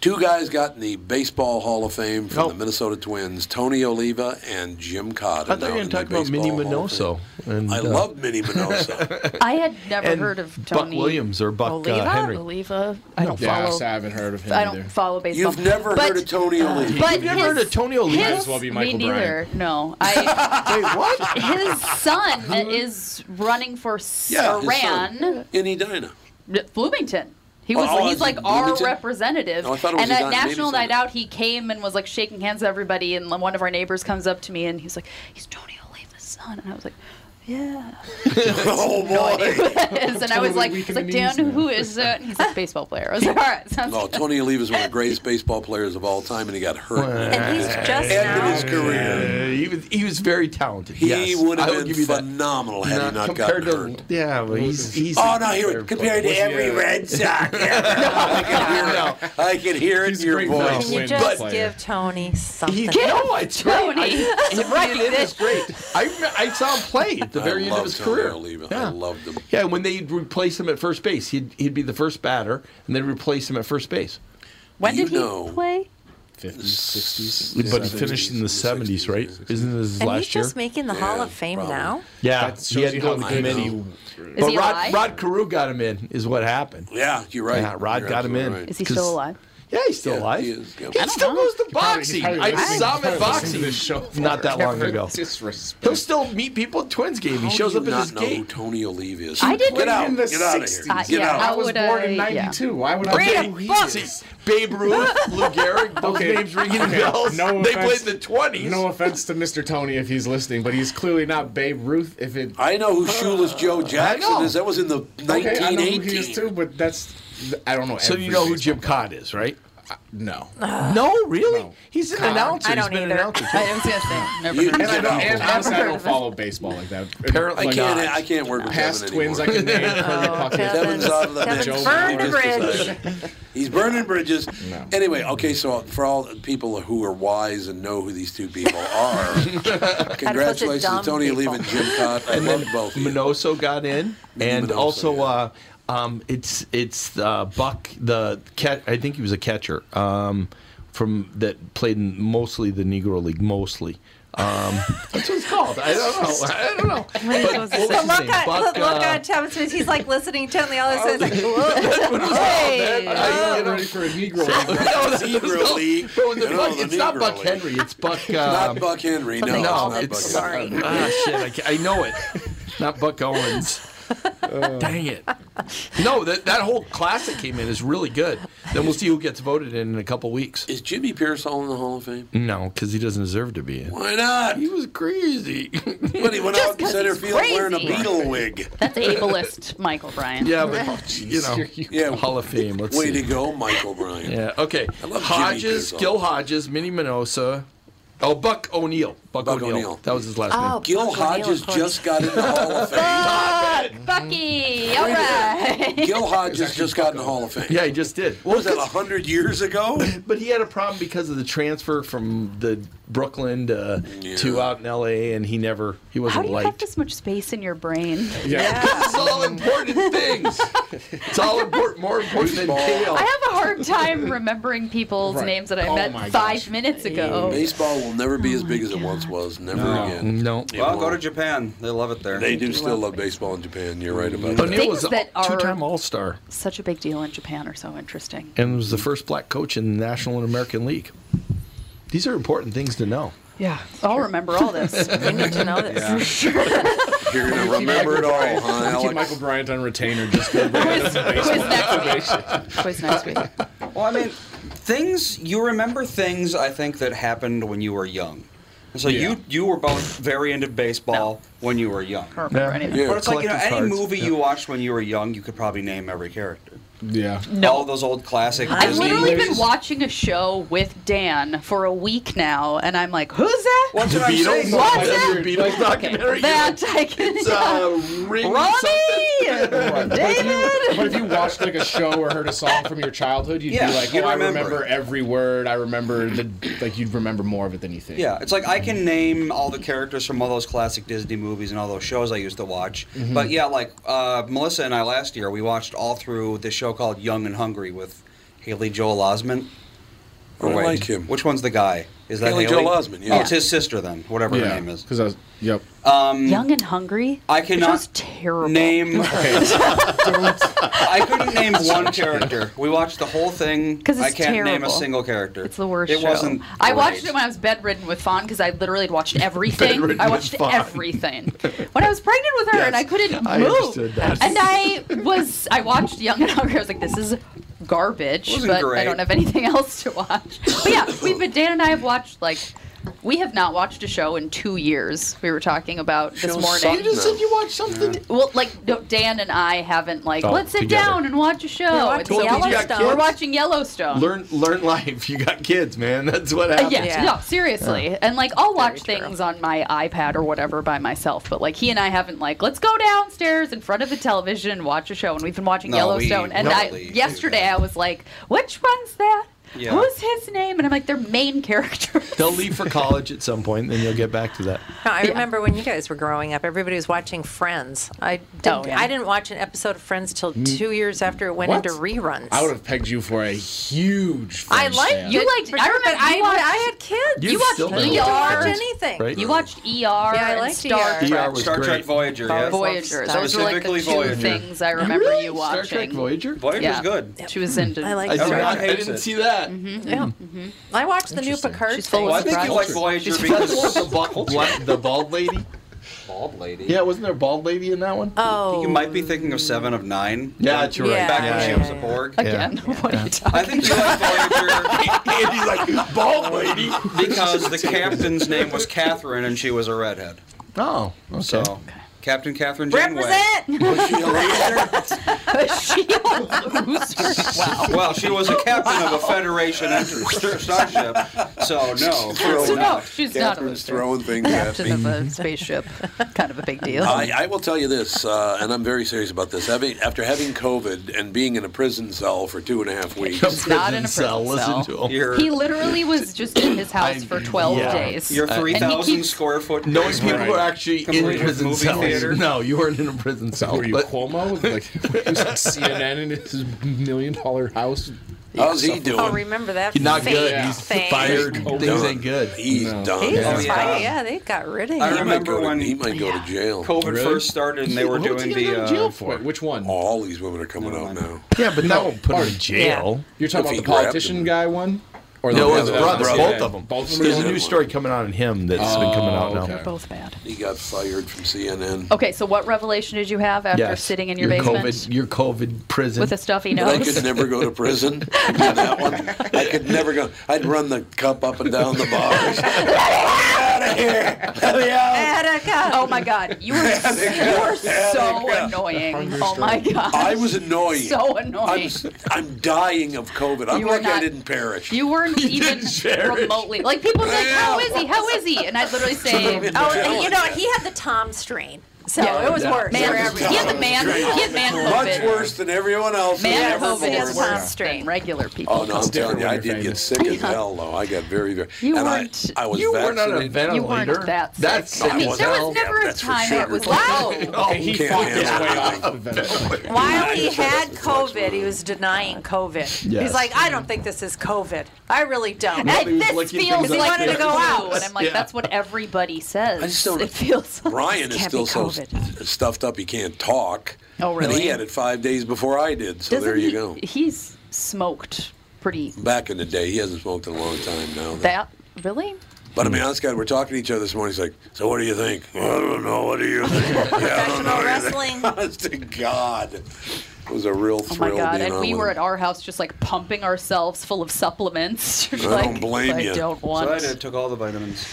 Speaker 1: Two guys got in the Baseball Hall of Fame from
Speaker 6: Oh.
Speaker 1: the Minnesota Twins: Tony Oliva and Jim Codd.
Speaker 6: I thought you were going to talk about Minnie Minoso. And,
Speaker 1: I
Speaker 6: uh,
Speaker 1: love Minnie Minoso.
Speaker 2: I had never
Speaker 6: and
Speaker 2: heard of
Speaker 6: Buck
Speaker 2: Tony
Speaker 6: Williams or Buck
Speaker 2: Oliva.
Speaker 6: uh, Henry.
Speaker 2: Oliva. I don't
Speaker 12: Yeah,
Speaker 2: follow.
Speaker 12: so I haven't heard of him
Speaker 2: I
Speaker 12: either.
Speaker 2: don't follow baseball.
Speaker 1: You've never
Speaker 2: But- uh,
Speaker 1: heard of Tony Oliva.
Speaker 2: But
Speaker 6: You've never
Speaker 2: his-
Speaker 6: heard of Tony Oliva?
Speaker 2: his-
Speaker 12: Might as well be Michael
Speaker 2: me neither.
Speaker 12: Bryant.
Speaker 2: No, I.
Speaker 6: Wait, what?
Speaker 2: his son is running for
Speaker 1: Yeah, his
Speaker 2: Saran.
Speaker 1: son. Indina.
Speaker 2: Bloomington. He was.
Speaker 1: Oh,
Speaker 2: he's
Speaker 1: oh,
Speaker 2: like
Speaker 1: it's
Speaker 2: our
Speaker 1: Bloomington?
Speaker 2: representative.
Speaker 1: No, I thought it was
Speaker 2: and at
Speaker 1: Edina
Speaker 2: National
Speaker 1: Davidson.
Speaker 2: Night Out, he came and was like shaking hands with everybody. And one of our neighbors comes up to me and he's like, "He's Tony Oliva's son," and I was like. Yeah,
Speaker 1: Oh boy!
Speaker 2: and I was
Speaker 12: Totally
Speaker 2: like,
Speaker 12: weak
Speaker 2: it's
Speaker 12: in
Speaker 2: like,
Speaker 12: the
Speaker 2: Dan,
Speaker 12: knees now."
Speaker 2: who is it? And he's like, baseball player. I was like, all right, sounds
Speaker 1: No,
Speaker 2: good.
Speaker 1: Tony Oliva is one of the greatest baseball players of all time, and he got hurt.
Speaker 3: And he's just
Speaker 1: Ended
Speaker 3: now.
Speaker 1: his career.
Speaker 6: Uh, he, was, he was very talented.
Speaker 1: He
Speaker 6: yes.
Speaker 1: would
Speaker 6: I
Speaker 1: have
Speaker 6: will
Speaker 1: been
Speaker 6: give you that.
Speaker 1: phenomenal had he not
Speaker 6: compared
Speaker 1: gotten
Speaker 6: to,
Speaker 1: hurt.
Speaker 6: Yeah, well, he's, he's
Speaker 1: Oh no, he would compared to
Speaker 12: Was he
Speaker 1: every
Speaker 12: a-
Speaker 1: Red Sox. ever. I can hear it. I can hear it in
Speaker 12: He's
Speaker 1: your
Speaker 12: great for
Speaker 1: voice.
Speaker 3: Can you
Speaker 12: Wayne
Speaker 3: just
Speaker 12: player.
Speaker 3: give Tony something?
Speaker 6: He, no, it's great.
Speaker 2: Tony.
Speaker 6: I, it really is great. I, rem- I saw him play at the
Speaker 1: I
Speaker 6: very end
Speaker 1: love
Speaker 6: of his
Speaker 1: Tony
Speaker 6: career.
Speaker 1: Oliva.
Speaker 6: Yeah.
Speaker 1: I loved him.
Speaker 6: Yeah, when they replace him at first base, he'd he'd be the first batter, and they'd replace him at first base.
Speaker 2: When
Speaker 1: You
Speaker 2: did he
Speaker 1: know.
Speaker 2: play?
Speaker 12: 50s, 60s.
Speaker 6: but he finished in the seventies, right? Isn't this his
Speaker 3: and he's
Speaker 6: last year?
Speaker 3: just making the Hall of Fame
Speaker 1: probably.
Speaker 3: now.
Speaker 6: yeah,
Speaker 12: That
Speaker 6: he
Speaker 12: shows
Speaker 6: had to
Speaker 12: you
Speaker 6: go
Speaker 12: how
Speaker 6: on the
Speaker 12: good
Speaker 6: committee.
Speaker 12: he.
Speaker 2: Is
Speaker 6: But
Speaker 2: he
Speaker 6: Rod,
Speaker 2: alive?
Speaker 6: Rod Carew got him in, is what happened.
Speaker 1: Yeah, you're right.
Speaker 6: Yeah, Rod
Speaker 1: You're
Speaker 6: got him in.
Speaker 1: absolutely
Speaker 2: Is he
Speaker 6: 'Cause-
Speaker 2: still alive?
Speaker 6: Yeah, he's still
Speaker 1: Yeah,
Speaker 6: alive.
Speaker 1: he is, yeah.
Speaker 6: He
Speaker 1: I
Speaker 6: still goes to boxing. I
Speaker 12: Probably
Speaker 6: saw him
Speaker 12: listening-
Speaker 6: at
Speaker 12: probably listening to
Speaker 6: boxing
Speaker 12: this show
Speaker 6: not that long
Speaker 12: forever.
Speaker 6: ago.
Speaker 12: Disrespect.
Speaker 6: He'll still meet people at Twins game. He
Speaker 1: How
Speaker 6: shows
Speaker 1: do
Speaker 6: up
Speaker 1: you
Speaker 6: at
Speaker 1: not
Speaker 6: his
Speaker 1: know who
Speaker 6: gate.
Speaker 1: Tony Oliva is.
Speaker 2: I didn't-
Speaker 1: Get out.
Speaker 12: In the
Speaker 1: Get out of
Speaker 12: 60s.
Speaker 1: here.
Speaker 2: Uh,
Speaker 1: Get
Speaker 2: yeah,
Speaker 1: out.
Speaker 12: I was
Speaker 2: would
Speaker 12: born in
Speaker 2: I- yeah.
Speaker 12: '92. Why would I
Speaker 3: Bring
Speaker 12: know who
Speaker 3: it
Speaker 12: he
Speaker 3: back.
Speaker 12: is?
Speaker 6: Babe Ruth, Lou Gehrig, those
Speaker 12: Okay,
Speaker 6: names ringing
Speaker 12: okay,
Speaker 6: bells.
Speaker 12: no
Speaker 6: they
Speaker 12: offense.
Speaker 6: played in the twenties.
Speaker 12: No offense to Mr. Tony if he's listening, but he's clearly not Babe Ruth. If it Uh,
Speaker 1: I know who Shoeless Joe Jackson
Speaker 6: know.
Speaker 1: is. That was in the
Speaker 12: okay, I know who he is
Speaker 1: 1980.
Speaker 12: too, but that's I don't know.
Speaker 6: So you
Speaker 12: every
Speaker 6: know who
Speaker 12: baseball
Speaker 6: Jim Cod is, right?
Speaker 12: No.
Speaker 6: no, really? He's an
Speaker 12: Cod.
Speaker 6: announcer.
Speaker 12: I
Speaker 6: He's
Speaker 12: don't
Speaker 6: been an
Speaker 12: either.
Speaker 6: announcer.
Speaker 2: I was gonna say. Never
Speaker 12: You-
Speaker 2: heard
Speaker 12: and
Speaker 2: of
Speaker 12: I
Speaker 2: it.
Speaker 12: don't, and honestly, I
Speaker 6: Never heard
Speaker 12: don't
Speaker 6: of
Speaker 12: follow baseball like that.
Speaker 1: Apparently, I
Speaker 12: Like,
Speaker 1: can't.
Speaker 12: uh,
Speaker 1: I can't work with
Speaker 12: past
Speaker 1: Devin
Speaker 12: twins I
Speaker 1: anymore.
Speaker 12: can name. Curly Puckett.
Speaker 1: Devin's off the
Speaker 12: Devin's
Speaker 1: Joe
Speaker 12: burned
Speaker 1: Biden
Speaker 12: bridges.
Speaker 1: Society. He's burning bridges. Anyway, okay. So for all the people who are wise and know who these two people are, congratulations to
Speaker 6: dumb
Speaker 1: Tony
Speaker 6: people.
Speaker 1: Leave and Jim Cott. I
Speaker 6: And
Speaker 1: love
Speaker 6: then
Speaker 1: both.
Speaker 6: Minoso got in, and also uh, um, it's it's uh, Buck the cat. I think he was a catcher um, from that played in mostly the Negro League, mostly. Um, that's what it's called. I don't know. I don't know. But what was his
Speaker 3: the look,
Speaker 6: name?
Speaker 3: on,
Speaker 6: Buck,
Speaker 3: the look
Speaker 6: uh,
Speaker 3: on Tom Smith, he's like listening intently all this. It's like, whoa. hey.
Speaker 12: I'm
Speaker 1: Um,
Speaker 12: ready for a Negro.
Speaker 6: No, that's
Speaker 12: Negro
Speaker 6: no-
Speaker 1: League.
Speaker 6: but with the
Speaker 1: You know,
Speaker 6: Buck-
Speaker 1: the
Speaker 6: it's not
Speaker 1: Negro
Speaker 6: Buck
Speaker 1: League.
Speaker 6: Henry. It's Buck. Uh,
Speaker 1: Not Buck Henry. No,
Speaker 6: no,
Speaker 1: it's not
Speaker 6: it's
Speaker 1: Buck Henry.
Speaker 6: Ah, shit, I, ca- I know it. Not Buck Owens. Dang it! No, that that whole class that came in is really good. Then we'll see who gets voted in in a couple weeks.
Speaker 1: Is Jimmy Pearsall in the Hall of Fame?
Speaker 6: No, because he doesn't deserve to be in.
Speaker 1: Why not?
Speaker 6: He was crazy.
Speaker 1: but he went
Speaker 2: Just
Speaker 1: out in
Speaker 2: 'cause
Speaker 1: center
Speaker 2: he's
Speaker 1: field wearing a
Speaker 2: crazy.
Speaker 1: beetle wig.
Speaker 2: That's ableist, Michael Bryan.
Speaker 6: Yeah, but
Speaker 1: oh,
Speaker 6: you know, yeah, Oh, Hall of Fame. Let's
Speaker 1: Way to
Speaker 6: see.
Speaker 1: go, Michael Bryan.
Speaker 6: Yeah. Okay.
Speaker 1: I love Jimmy
Speaker 6: Hodges,
Speaker 1: Pearsall.
Speaker 6: Gil Hodges, Minnie Minosa. Oh, Buck O'Neill. Buck,
Speaker 1: Buck
Speaker 6: O'Neill.
Speaker 1: O'Neill.
Speaker 6: That was his last name.
Speaker 1: Gil Hodges just got in the Hall of Fame. Mm-hmm.
Speaker 2: Bucky, all right.
Speaker 1: Gil Hodges just got in the Hall of Fame.
Speaker 6: Yeah, he just did.
Speaker 1: What was that, 100 years ago?
Speaker 6: But he had a problem because of the transfer from the Brooklyn to, to out in L.A. and he never he
Speaker 2: How
Speaker 6: wasn't
Speaker 2: do you have
Speaker 6: liked.
Speaker 2: this much space in your brain?
Speaker 6: it's all important things. It's all important, more important than
Speaker 2: I
Speaker 6: kale.
Speaker 2: have a hard time remembering people's
Speaker 1: Right.
Speaker 2: names that I
Speaker 1: Oh my
Speaker 2: met five minutes ago.
Speaker 1: Baseball will never be
Speaker 2: Oh
Speaker 1: as big as it once was. Never
Speaker 4: No.
Speaker 1: again.
Speaker 6: No.
Speaker 4: Well, go to Japan. They love it there.
Speaker 1: They do still love baseball in Japan. You're right about that.
Speaker 6: O'Neill
Speaker 2: Things
Speaker 6: was a
Speaker 2: that are-
Speaker 6: two-time All-Star
Speaker 2: Such a big deal in Japan are so interesting.
Speaker 6: and was the first black coach in the National and American League. These are important things to know.
Speaker 2: Yeah. I'll remember all this.
Speaker 3: You need to know this.
Speaker 1: You're
Speaker 12: We
Speaker 1: gonna
Speaker 12: keep
Speaker 1: remember it
Speaker 12: Michael
Speaker 1: all,
Speaker 12: Bryant-
Speaker 1: huh,
Speaker 12: we Keep
Speaker 1: Alex?
Speaker 12: Michael Bryant on retainer just for
Speaker 2: Quiz next week.
Speaker 4: Well, I mean, things you remember things I think that happened when you were young. And so
Speaker 12: Yeah.
Speaker 4: you you were both very into baseball when you were young.
Speaker 2: remember Yeah. anything.
Speaker 4: But it's like you know
Speaker 2: Collecting
Speaker 4: any
Speaker 2: cards.
Speaker 4: movie
Speaker 2: Yeah.
Speaker 4: you watched when you were young, you could probably name every character.
Speaker 12: Yeah.
Speaker 2: No.
Speaker 4: All those old classic
Speaker 2: I've
Speaker 4: Disney
Speaker 2: literally
Speaker 4: movies.
Speaker 2: been watching a show with Dan for a week now, and I'm like, who's that?
Speaker 4: What's
Speaker 6: The Beatles?
Speaker 2: What's
Speaker 6: Like
Speaker 2: that?
Speaker 6: every Beatles documentary.
Speaker 2: That I can.
Speaker 6: It's, uh, Ring
Speaker 2: Ronnie, and David.
Speaker 12: But if you watched like a show or heard a song from your childhood, you'd
Speaker 4: Yeah,
Speaker 12: be like,
Speaker 4: you'd
Speaker 12: "Oh, I
Speaker 4: remember
Speaker 12: remember every word. I remember the like you'd remember more of it than you think."
Speaker 4: Yeah, it's like I can name all the characters from all those classic Disney movies and all those shows I used to watch.
Speaker 12: Mhm.
Speaker 4: But yeah, like uh, Melissa and I last year, we watched all through this show called Young and Hungry with Haley Joel Osment.
Speaker 1: I don't like him.
Speaker 4: Which one's the guy? Is that
Speaker 1: Haley Joel Osment, yeah.
Speaker 4: Oh, it's his sister then, whatever
Speaker 12: Yeah,
Speaker 4: her name is.
Speaker 12: 'cause I was- yep.
Speaker 4: Um,
Speaker 2: Young and hungry.
Speaker 4: I
Speaker 2: That
Speaker 4: cannot
Speaker 2: show's terrible.
Speaker 4: Name. I couldn't name one character. We watched the whole thing.
Speaker 2: 'Cause it's
Speaker 4: I can't name a
Speaker 2: terrible.
Speaker 4: single character.
Speaker 2: It's the worst
Speaker 4: It
Speaker 2: show.
Speaker 4: wasn't.
Speaker 2: I watched
Speaker 4: great.
Speaker 2: it when I was bedridden with Fawn because I literally had watched everything. I watched everything. When I was pregnant with her and I couldn't
Speaker 6: I
Speaker 2: move.
Speaker 6: understood that.
Speaker 2: And I was I watched Young and Hungry. I was like, this is garbage,
Speaker 4: Wasn't
Speaker 2: but I
Speaker 4: great.
Speaker 2: don't have anything else to watch. But yeah, we've been Dan and I have watched like we have not watched a show in two years. We were talking about this
Speaker 1: Shows
Speaker 2: morning.
Speaker 1: suck You just now. said
Speaker 6: you watched something.
Speaker 2: Well, like no, Dan and I haven't like
Speaker 6: Oh,
Speaker 2: let's sit
Speaker 6: together.
Speaker 2: down and watch a show.
Speaker 3: We're
Speaker 2: And
Speaker 3: watching
Speaker 2: so we-
Speaker 6: Yellowstone.
Speaker 2: we're watching Yellowstone.
Speaker 6: Learn, learn life. You got kids, man. That's what
Speaker 2: Uh,
Speaker 6: happens.
Speaker 2: yeah, no, seriously. And like, I'll watch things on my iPad or whatever by myself, but like, he and I haven't like, let's go downstairs in front of the television and watch a show. And we've been watching
Speaker 4: No, we
Speaker 2: Yellowstone. And I
Speaker 4: rarely do
Speaker 2: yesterday I was like, which one's that?
Speaker 6: Yeah.
Speaker 2: Who's his name? And I'm like, their main character.
Speaker 6: They'll leave for college at some point, then you'll get back to that.
Speaker 3: No, I remember when you guys were growing up, everybody was watching Friends. I didn't, I didn't watch an episode of Friends till
Speaker 6: Mm.
Speaker 3: two years after it went
Speaker 12: What?
Speaker 3: into reruns.
Speaker 12: I would have pegged you for a huge.
Speaker 3: I
Speaker 12: Friends
Speaker 3: like
Speaker 12: fan.
Speaker 2: You liked.
Speaker 3: But
Speaker 2: I
Speaker 3: you
Speaker 2: remember.
Speaker 3: remember- I
Speaker 2: you
Speaker 3: wa-
Speaker 2: watched,
Speaker 3: I had kids.
Speaker 6: You've
Speaker 2: You watched
Speaker 6: still
Speaker 2: ER.
Speaker 6: been watching Friends,
Speaker 3: anything.
Speaker 6: right?
Speaker 2: You watched ER. Yeah,
Speaker 3: I
Speaker 2: and
Speaker 3: liked
Speaker 2: Star
Speaker 3: ER.
Speaker 12: E
Speaker 2: Trek.
Speaker 6: ER was
Speaker 4: Star
Speaker 6: great.
Speaker 4: Trek Voyager. Yes.
Speaker 2: Voyager. Those were like the
Speaker 4: Specifically
Speaker 2: two
Speaker 4: Voyager.
Speaker 2: things I remember
Speaker 6: Really?
Speaker 2: you
Speaker 6: Star
Speaker 2: watching.
Speaker 6: Trek Voyager?
Speaker 4: Voyager's
Speaker 2: Yeah.
Speaker 4: good.
Speaker 2: She was into.
Speaker 3: I liked
Speaker 6: I,
Speaker 3: Star
Speaker 6: did
Speaker 3: Trek.
Speaker 6: not, I
Speaker 4: hates
Speaker 6: didn't
Speaker 4: it.
Speaker 6: see that.
Speaker 2: Mm-hmm,
Speaker 3: Yeah. I watched the new Picard.
Speaker 2: She's full
Speaker 4: Well, I
Speaker 2: of
Speaker 4: think you like
Speaker 2: surprises.
Speaker 4: Voyager
Speaker 6: She's
Speaker 4: because
Speaker 6: the, bu- bla- the bald lady.
Speaker 4: bald lady.
Speaker 6: Yeah, wasn't there a bald lady in that one?
Speaker 3: Oh,
Speaker 4: You might be thinking of Seven of Nine.
Speaker 6: Yeah, that's right.
Speaker 3: Yeah.
Speaker 4: Back
Speaker 6: Yeah,
Speaker 4: when she
Speaker 6: yeah,
Speaker 4: was a Borg.
Speaker 2: Again, what are you talking
Speaker 4: I think you like Voyager Um,
Speaker 6: Andy's like bald lady.
Speaker 4: because the captain's name was Catherine and she was a redhead.
Speaker 6: Oh, okay.
Speaker 4: So Captain Catherine Janeway.
Speaker 2: Was she a
Speaker 4: Wow. Well, she was a captain of a Federation enter- starship, so no.
Speaker 2: So
Speaker 4: clearly
Speaker 2: no,
Speaker 4: not.
Speaker 2: she's not a loser.
Speaker 1: throwing things at
Speaker 2: Captain
Speaker 1: me.
Speaker 2: of a spaceship. kind of a big deal.
Speaker 1: I, I will tell you this, uh, and I'm very serious about this. Having, after having COVID and being in a prison cell for two and a half weeks,
Speaker 2: He's not in a prison cell, prison listen cell.
Speaker 1: to him.
Speaker 2: he literally was just in his house for 12 days.
Speaker 4: Your
Speaker 6: Uh,
Speaker 2: And he
Speaker 4: three thousand
Speaker 2: keeps-
Speaker 4: square foot.
Speaker 6: No
Speaker 4: place
Speaker 6: people
Speaker 4: where I
Speaker 6: were actually in
Speaker 4: completed
Speaker 6: prison
Speaker 4: movie
Speaker 6: cells.
Speaker 4: theater.
Speaker 6: No, you weren't in a prison cell.
Speaker 12: Were you
Speaker 6: but-
Speaker 12: Cuomo? Like, were you on CNN in his million dollar house?
Speaker 1: How's he
Speaker 12: Suffer-
Speaker 1: doing?
Speaker 3: Oh, remember that?
Speaker 12: He's not
Speaker 3: fake
Speaker 12: good. He's
Speaker 3: thing.
Speaker 12: fired.
Speaker 6: Things
Speaker 1: Done.
Speaker 6: ain't good.
Speaker 1: He's done.
Speaker 3: He's
Speaker 4: Yeah.
Speaker 3: fired.
Speaker 4: Yeah.
Speaker 3: Yeah, they got rid of him.
Speaker 4: I remember
Speaker 1: go to-
Speaker 4: when
Speaker 1: he might go to jail.
Speaker 4: COVID first started, and they were
Speaker 12: What was he
Speaker 4: doing
Speaker 12: gonna go
Speaker 4: the
Speaker 12: to
Speaker 4: uh,
Speaker 12: jail for? Which one?
Speaker 1: All these women are coming out now.
Speaker 6: Yeah, but that won't put him in jail.
Speaker 12: You're
Speaker 1: If
Speaker 12: talking
Speaker 1: he
Speaker 12: about the
Speaker 1: grabbed
Speaker 12: politician
Speaker 1: him.
Speaker 12: guy one?
Speaker 6: Or
Speaker 12: the
Speaker 6: no,
Speaker 12: one
Speaker 6: his
Speaker 12: that-
Speaker 6: brother,
Speaker 12: Yeah.
Speaker 6: both of them.
Speaker 12: Both of them.
Speaker 6: There's a
Speaker 12: are
Speaker 6: new
Speaker 12: doing
Speaker 6: story coming out on him that's
Speaker 1: Oh,
Speaker 6: been coming out now.
Speaker 12: okay.
Speaker 2: They're both bad.
Speaker 1: He got fired from CNN.
Speaker 2: Okay, so what revelation did you have after
Speaker 6: Yes.
Speaker 2: sitting in your, basement
Speaker 6: COVID, your COVID prison.
Speaker 2: with a stuffy
Speaker 1: But I
Speaker 2: nose?
Speaker 1: could never go to prison. You know that one. I could never go. I'd run the cup up and down the bars. out of here. Let me out.
Speaker 3: Attica.
Speaker 2: Oh my god, you were, you were so annoying. Oh my god.
Speaker 1: I was annoying.
Speaker 2: so
Speaker 1: I'm,
Speaker 2: annoying.
Speaker 1: s- I'm dying of COVID. I'm
Speaker 2: You were
Speaker 1: lucky I
Speaker 2: not-
Speaker 1: didn't perish.
Speaker 2: You weren't even remotely like people would be like, How is he? How is he? And I'd literally say
Speaker 3: Oh, and you know what? He had the Tom strain, so
Speaker 2: Yeah.
Speaker 3: it was worse.
Speaker 2: Man, he had the man he had man
Speaker 1: Much
Speaker 2: COVID.
Speaker 1: worse than everyone else.
Speaker 2: Man
Speaker 1: ever
Speaker 2: COVID
Speaker 1: born.
Speaker 2: is worse than regular people.
Speaker 1: Oh no, I'm
Speaker 12: It's
Speaker 1: telling
Speaker 12: different
Speaker 1: you, I
Speaker 12: when you're
Speaker 1: did get
Speaker 12: famous.
Speaker 1: sick as hell though. I got very, very.
Speaker 2: You
Speaker 1: and
Speaker 2: weren't-
Speaker 1: I, I was
Speaker 6: you weren't on a
Speaker 1: vaccinated.
Speaker 6: ventilator.
Speaker 2: You weren't that sick.
Speaker 6: That's
Speaker 2: I
Speaker 6: sick
Speaker 2: mean,
Speaker 6: as
Speaker 2: there
Speaker 6: hell.
Speaker 2: was never a
Speaker 1: that's for
Speaker 2: time
Speaker 1: sure.
Speaker 2: it was like, oh,
Speaker 12: Okay, he
Speaker 1: Can't
Speaker 12: fucked his
Speaker 1: handle
Speaker 12: way
Speaker 1: it.
Speaker 12: off the ventilator.
Speaker 3: While he
Speaker 1: Yeah, sure,
Speaker 3: had
Speaker 1: that's what's
Speaker 3: COVID, he was denying COVID.
Speaker 6: Yes.
Speaker 3: He's like, I don't think this is COVID. I really don't.
Speaker 6: Nobody was
Speaker 2: this
Speaker 6: looking
Speaker 2: feels
Speaker 6: things up
Speaker 2: like
Speaker 3: He wanted to go
Speaker 2: the flu.
Speaker 3: out.
Speaker 2: and I'm like,
Speaker 6: Yeah.
Speaker 2: that's what everybody says.
Speaker 1: I just don't-
Speaker 2: It feels. Like
Speaker 1: Brian is
Speaker 3: Can't
Speaker 1: still
Speaker 3: be
Speaker 1: so
Speaker 3: COVID.
Speaker 1: s- stuffed up he can't talk.
Speaker 2: Oh,
Speaker 1: And he
Speaker 2: really?
Speaker 1: had it five days before I did. So
Speaker 2: Doesn't
Speaker 1: there you
Speaker 2: he-
Speaker 1: go.
Speaker 2: He's smoked pretty.
Speaker 1: Back in the day, he hasn't smoked in a long time now.
Speaker 2: That really?
Speaker 1: But I mean, honest God, we're talking to each other this morning. He's like, "So what do you think?" "Well, I don't know. What do you think? yeah, I don't know.
Speaker 3: Professional
Speaker 1: what you think."
Speaker 3: wrestling.
Speaker 1: Honest to God, it was a
Speaker 2: Oh
Speaker 1: real thrill.
Speaker 2: my god!
Speaker 1: being
Speaker 2: And
Speaker 1: on
Speaker 2: we
Speaker 1: with
Speaker 2: were
Speaker 1: him.
Speaker 2: at our house just like pumping ourselves full of supplements. Just
Speaker 1: I
Speaker 2: like,
Speaker 1: don't blame
Speaker 2: I
Speaker 1: you.
Speaker 2: don't
Speaker 4: So I
Speaker 2: want.
Speaker 4: did, took all the vitamins.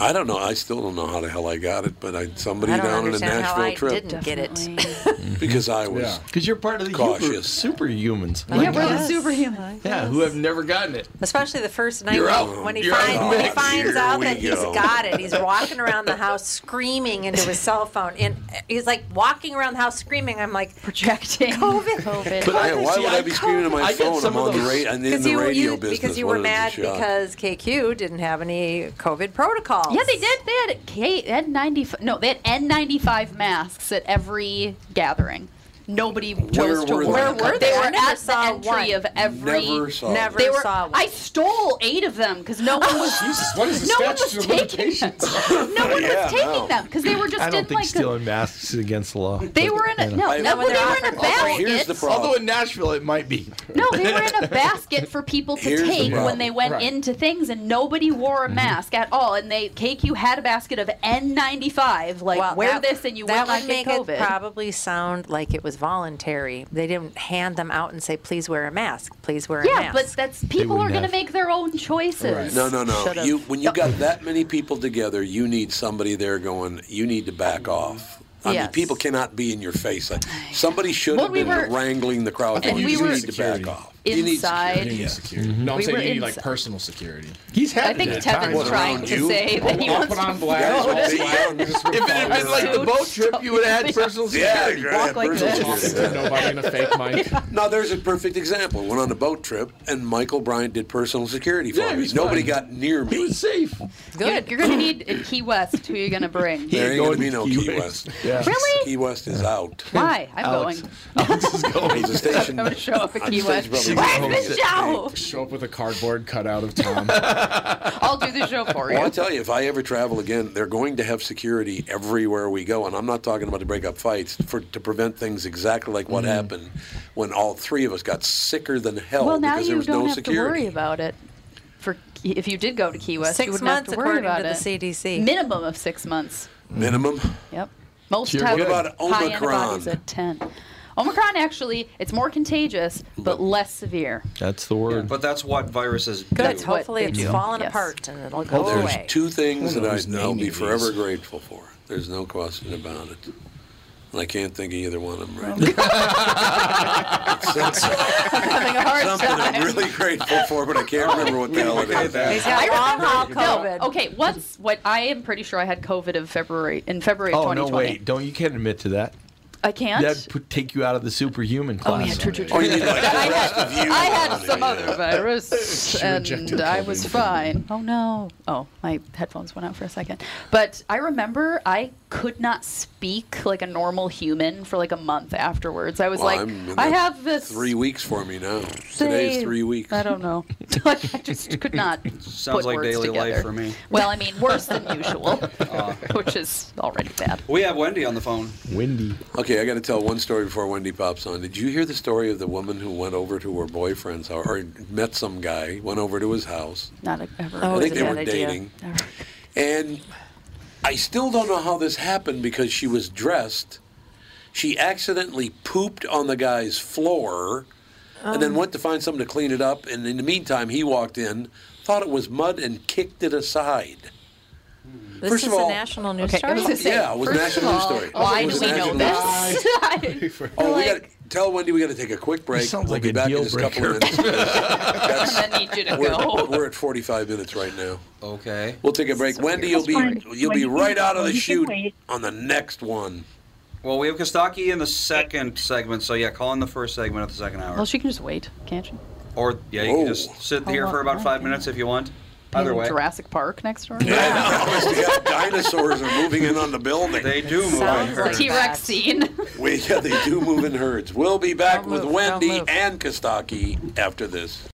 Speaker 1: I don't know. I still don't know how the hell I got it, but I somebody
Speaker 3: I don't
Speaker 1: down in a
Speaker 3: understand how
Speaker 1: Nashville
Speaker 3: I
Speaker 1: trip Mm-hmm.
Speaker 3: didn't get it.
Speaker 2: Definitely.
Speaker 1: because I was.
Speaker 12: Yeah.
Speaker 6: Because you're part of the
Speaker 1: Cautious.
Speaker 6: Uber, superhumans.
Speaker 2: yeah, we're the
Speaker 3: Yes.
Speaker 2: superhuman.
Speaker 6: yeah, who have never gotten it.
Speaker 3: Especially the first night
Speaker 6: You're
Speaker 3: when-
Speaker 6: out.
Speaker 3: when he,
Speaker 6: You're
Speaker 3: find,
Speaker 6: out.
Speaker 3: when he
Speaker 1: Oh,
Speaker 3: finds
Speaker 1: here
Speaker 3: out
Speaker 1: we
Speaker 3: that
Speaker 1: go.
Speaker 3: he's got it. He's walking around the house screaming into his cell phone. And he's like walking around the house screaming. I'm like,
Speaker 2: Projecting.
Speaker 3: COVID.
Speaker 2: COVID.
Speaker 1: But I, why
Speaker 6: See,
Speaker 1: would
Speaker 6: I
Speaker 1: I be screaming on my
Speaker 6: I get
Speaker 1: phone?
Speaker 6: some
Speaker 1: I'm
Speaker 6: of
Speaker 1: on the,
Speaker 6: those-
Speaker 1: ra- I'm in the
Speaker 3: you, were-
Speaker 1: radio
Speaker 3: you,
Speaker 1: business.
Speaker 3: because you
Speaker 1: What
Speaker 3: were
Speaker 1: is
Speaker 3: mad
Speaker 1: the shock?
Speaker 3: because KQ didn't have any COVID protocols.
Speaker 2: Yeah, they did. They had K N95. No, they had N95 masks at every gathering. Nobody chose to wear.
Speaker 1: were they? Where
Speaker 2: them.
Speaker 1: were
Speaker 3: they?
Speaker 2: They were
Speaker 3: I never
Speaker 2: at the
Speaker 3: saw
Speaker 2: entry
Speaker 3: one.
Speaker 2: of every.
Speaker 1: Never saw.
Speaker 3: Never
Speaker 2: They were.
Speaker 3: saw one.
Speaker 2: I stole eight of them because no one was.
Speaker 12: Jesus, what is the
Speaker 2: No one
Speaker 12: statute
Speaker 2: was
Speaker 12: of
Speaker 2: taking.
Speaker 12: limitations?
Speaker 2: No one
Speaker 1: Yeah,
Speaker 2: was taking
Speaker 1: no.
Speaker 2: them because they were just
Speaker 6: I
Speaker 2: in
Speaker 6: don't think
Speaker 2: like.
Speaker 6: stealing masks is against the law.
Speaker 2: they were in a no.
Speaker 1: I-
Speaker 2: no well,
Speaker 3: when
Speaker 2: they
Speaker 3: they're
Speaker 2: were in a
Speaker 3: offered- Okay,
Speaker 2: basket.
Speaker 1: here's the problem.
Speaker 6: Although in Nashville it might be.
Speaker 2: No, they were in a basket for people to
Speaker 1: Here's the
Speaker 2: take
Speaker 1: problem.
Speaker 2: when they went
Speaker 12: Right.
Speaker 2: into things, and nobody wore
Speaker 6: Mm-hmm.
Speaker 2: a mask at all. And they KQ had a basket of N95, like
Speaker 3: Well,
Speaker 2: wear
Speaker 3: that-
Speaker 2: this and you will
Speaker 3: that
Speaker 2: not
Speaker 3: would
Speaker 2: get
Speaker 3: make
Speaker 2: COVID.
Speaker 3: it probably sound like it was voluntary. They didn't hand them out and say, "Please wear a mask. Please wear a
Speaker 2: yeah,
Speaker 3: mask."
Speaker 2: but that's people are
Speaker 6: wouldn't
Speaker 2: going to
Speaker 6: have.
Speaker 2: make their own choices.
Speaker 1: No, no, no.
Speaker 2: Should've.
Speaker 1: You when you got that many people together, you need somebody there going. You need to back off. I mean,
Speaker 2: Yes.
Speaker 1: people cannot be in your face. Like, somebody should
Speaker 2: Well,
Speaker 1: have
Speaker 2: we
Speaker 1: been
Speaker 2: were-
Speaker 1: wrangling the
Speaker 2: And
Speaker 1: crowd. going,
Speaker 2: we
Speaker 1: you
Speaker 2: were
Speaker 1: need to back off. You need
Speaker 2: Inside,
Speaker 1: security.
Speaker 12: You need security. No, Mm-hmm. I'm
Speaker 2: We
Speaker 12: saying
Speaker 2: were
Speaker 12: you need like
Speaker 2: inside.
Speaker 12: personal security.
Speaker 6: He's had
Speaker 2: I think
Speaker 6: it at
Speaker 2: Tevin's
Speaker 6: times.
Speaker 2: trying
Speaker 1: around
Speaker 2: to
Speaker 1: you?
Speaker 2: say that he
Speaker 12: I'll
Speaker 2: wants
Speaker 12: put on
Speaker 2: to
Speaker 12: blast.
Speaker 1: Yeah.
Speaker 12: I'll take black, and just
Speaker 6: If it had been like the boat trip, you would have had personal
Speaker 1: Yeah,
Speaker 6: security.
Speaker 1: right,
Speaker 2: like
Speaker 1: personal
Speaker 2: this.
Speaker 1: security.
Speaker 12: Did Nobody in a fake mic.
Speaker 1: Now there's a perfect example. Went on a boat trip, and Michael Bryant did personal security for
Speaker 6: Yeah,
Speaker 1: me.
Speaker 6: he's
Speaker 1: Nobody
Speaker 6: fine.
Speaker 1: got near
Speaker 6: He
Speaker 1: me.
Speaker 6: was safe.
Speaker 2: Good. You're, going to need in Key West. Who are you going to bring?
Speaker 1: There ain't
Speaker 6: Going
Speaker 1: gonna be no
Speaker 6: to
Speaker 1: Key West.
Speaker 6: Yeah.
Speaker 2: Really?
Speaker 1: Key West is out.
Speaker 2: Why? I'm
Speaker 6: Alex.
Speaker 2: going.
Speaker 6: Alex is going.
Speaker 1: He's a station.
Speaker 2: I'm going to show up at Key West.
Speaker 1: Thanks, brother.
Speaker 2: Where's the
Speaker 1: Thanks.
Speaker 2: show?
Speaker 12: Show up with a cardboard cutout of Tom.
Speaker 2: I'll do the show for
Speaker 1: Well, I
Speaker 2: you.
Speaker 1: tell you, if I ever travel again, they're going to have security everywhere we go, and I'm not talking about to break up fights for to prevent things exactly like
Speaker 2: Mm-hmm.
Speaker 1: what happened when all three of us got sicker than hell
Speaker 2: Well, now
Speaker 1: because there
Speaker 2: you
Speaker 1: was
Speaker 2: don't
Speaker 1: no
Speaker 2: have to
Speaker 1: security.
Speaker 2: worry about it. For if you did go to Key West, you
Speaker 3: six
Speaker 2: wouldn't have
Speaker 3: months
Speaker 2: to worry
Speaker 3: according
Speaker 2: about
Speaker 3: to the
Speaker 2: it.
Speaker 3: CDC.
Speaker 2: Minimum of six months.
Speaker 1: Minimum.
Speaker 2: Yep. Most
Speaker 6: Sure.
Speaker 2: have
Speaker 6: What
Speaker 1: about
Speaker 2: high
Speaker 1: Omicron?
Speaker 2: antibodies at ten. Omicron actually, it's more contagious but less severe.
Speaker 6: That's the word.
Speaker 4: But that's what viruses do.
Speaker 3: Good.
Speaker 2: what
Speaker 3: Hopefully,
Speaker 2: they
Speaker 3: it's
Speaker 2: do.
Speaker 3: fallen
Speaker 2: Yes.
Speaker 3: apart and it'll go
Speaker 1: There's
Speaker 3: away.
Speaker 1: two things
Speaker 12: Who
Speaker 1: that I,
Speaker 12: knows
Speaker 1: I'll be
Speaker 12: naming
Speaker 1: forever
Speaker 12: these?
Speaker 1: grateful for. There's no question about it. And I can't think of either one of them right
Speaker 2: Having a hard
Speaker 1: Something
Speaker 2: time.
Speaker 1: I'm really grateful for, but I can't remember what the hell it is.
Speaker 2: Oh I remember- Oh, No, okay, what's what? I am pretty sure I had COVID of February in February of
Speaker 6: Oh no,
Speaker 2: 2020.
Speaker 6: wait! Don't you can't admit to that.
Speaker 2: I can't.
Speaker 6: That'd put, take you out of the superhuman class.
Speaker 2: yeah, true, true,
Speaker 6: Oh, you
Speaker 2: true.
Speaker 6: need, like,
Speaker 2: I
Speaker 6: the
Speaker 2: had,
Speaker 6: rest of you
Speaker 2: I
Speaker 6: on
Speaker 2: had
Speaker 6: it,
Speaker 2: some
Speaker 6: yeah.
Speaker 2: other virus,
Speaker 6: She rejected
Speaker 2: and I
Speaker 6: COVID.
Speaker 2: was fine. Oh no! Oh, my headphones went out for a second. But I remember I could not speak like a normal human for like a month afterwards. I was
Speaker 1: Well,
Speaker 2: like,
Speaker 1: I'm in
Speaker 2: I
Speaker 1: the
Speaker 2: have this.
Speaker 1: Three weeks for me now.
Speaker 2: thing.
Speaker 1: Today's three weeks.
Speaker 2: I don't know. like I just could not.
Speaker 4: Sounds
Speaker 2: put
Speaker 4: like
Speaker 2: words
Speaker 4: daily
Speaker 2: together.
Speaker 4: life for me.
Speaker 2: Well, I mean, worse than usual,
Speaker 1: Uh-huh.
Speaker 2: which is already bad.
Speaker 4: We have Wendy on the phone.
Speaker 1: Wendy. Okay, I got to tell one story before Wendy pops on. Did you hear the story of the woman who went over to her boyfriend's house, or met some guy, went over to his house?
Speaker 2: Not a, ever.
Speaker 1: I think they were dating. And I still don't know how this happened because she was dressed. She accidentally pooped on the guy's floor and
Speaker 2: Um.
Speaker 1: then
Speaker 13: Oh.
Speaker 1: went to find someone to clean it up. And in the meantime, he walked in, thought it was mud, and kicked it aside.
Speaker 3: This
Speaker 1: First
Speaker 3: is
Speaker 1: of all-
Speaker 3: a national news
Speaker 2: Okay, I
Speaker 3: story.
Speaker 2: was gonna say,
Speaker 1: yeah, it was a
Speaker 2: first
Speaker 1: national
Speaker 2: of
Speaker 1: news
Speaker 2: all,
Speaker 1: story.
Speaker 2: why
Speaker 1: It was
Speaker 2: do
Speaker 1: a
Speaker 2: we know
Speaker 1: national
Speaker 2: this?
Speaker 1: news story. Oh, we got to tell Wendy we got to take a quick break.
Speaker 6: sounds
Speaker 1: we'll
Speaker 6: like
Speaker 1: be
Speaker 6: a
Speaker 1: back
Speaker 6: deal
Speaker 1: in just a couple of
Speaker 6: breaker.
Speaker 1: minutes. That's-
Speaker 2: I need you to
Speaker 1: we're,
Speaker 2: go.
Speaker 1: we're at 45 minutes right now.
Speaker 4: Okay.
Speaker 1: We'll take a break. Wendy, you'll be
Speaker 4: That's fine.
Speaker 1: you'll be
Speaker 4: Wendy,
Speaker 1: right out of the
Speaker 4: you can
Speaker 1: chute
Speaker 4: wait.
Speaker 1: on the next one.
Speaker 4: Well, we have Kostaki in the second segment, so yeah, call in the first segment of the second hour.
Speaker 2: Well, she can just wait, can't she?
Speaker 4: Or yeah, you can just sit
Speaker 2: How
Speaker 4: here
Speaker 2: long-
Speaker 4: for about five minutes if you want. Either
Speaker 2: In
Speaker 4: way.
Speaker 2: Jurassic Park next door.
Speaker 1: Dinosaurs are moving in on the building.
Speaker 4: They do move in Sounds like herds.
Speaker 2: T Rex scene.
Speaker 1: We, yeah, they do move in herds. We'll be back with
Speaker 2: move,
Speaker 1: Wendy
Speaker 2: don't move.
Speaker 1: and Kostaki after this.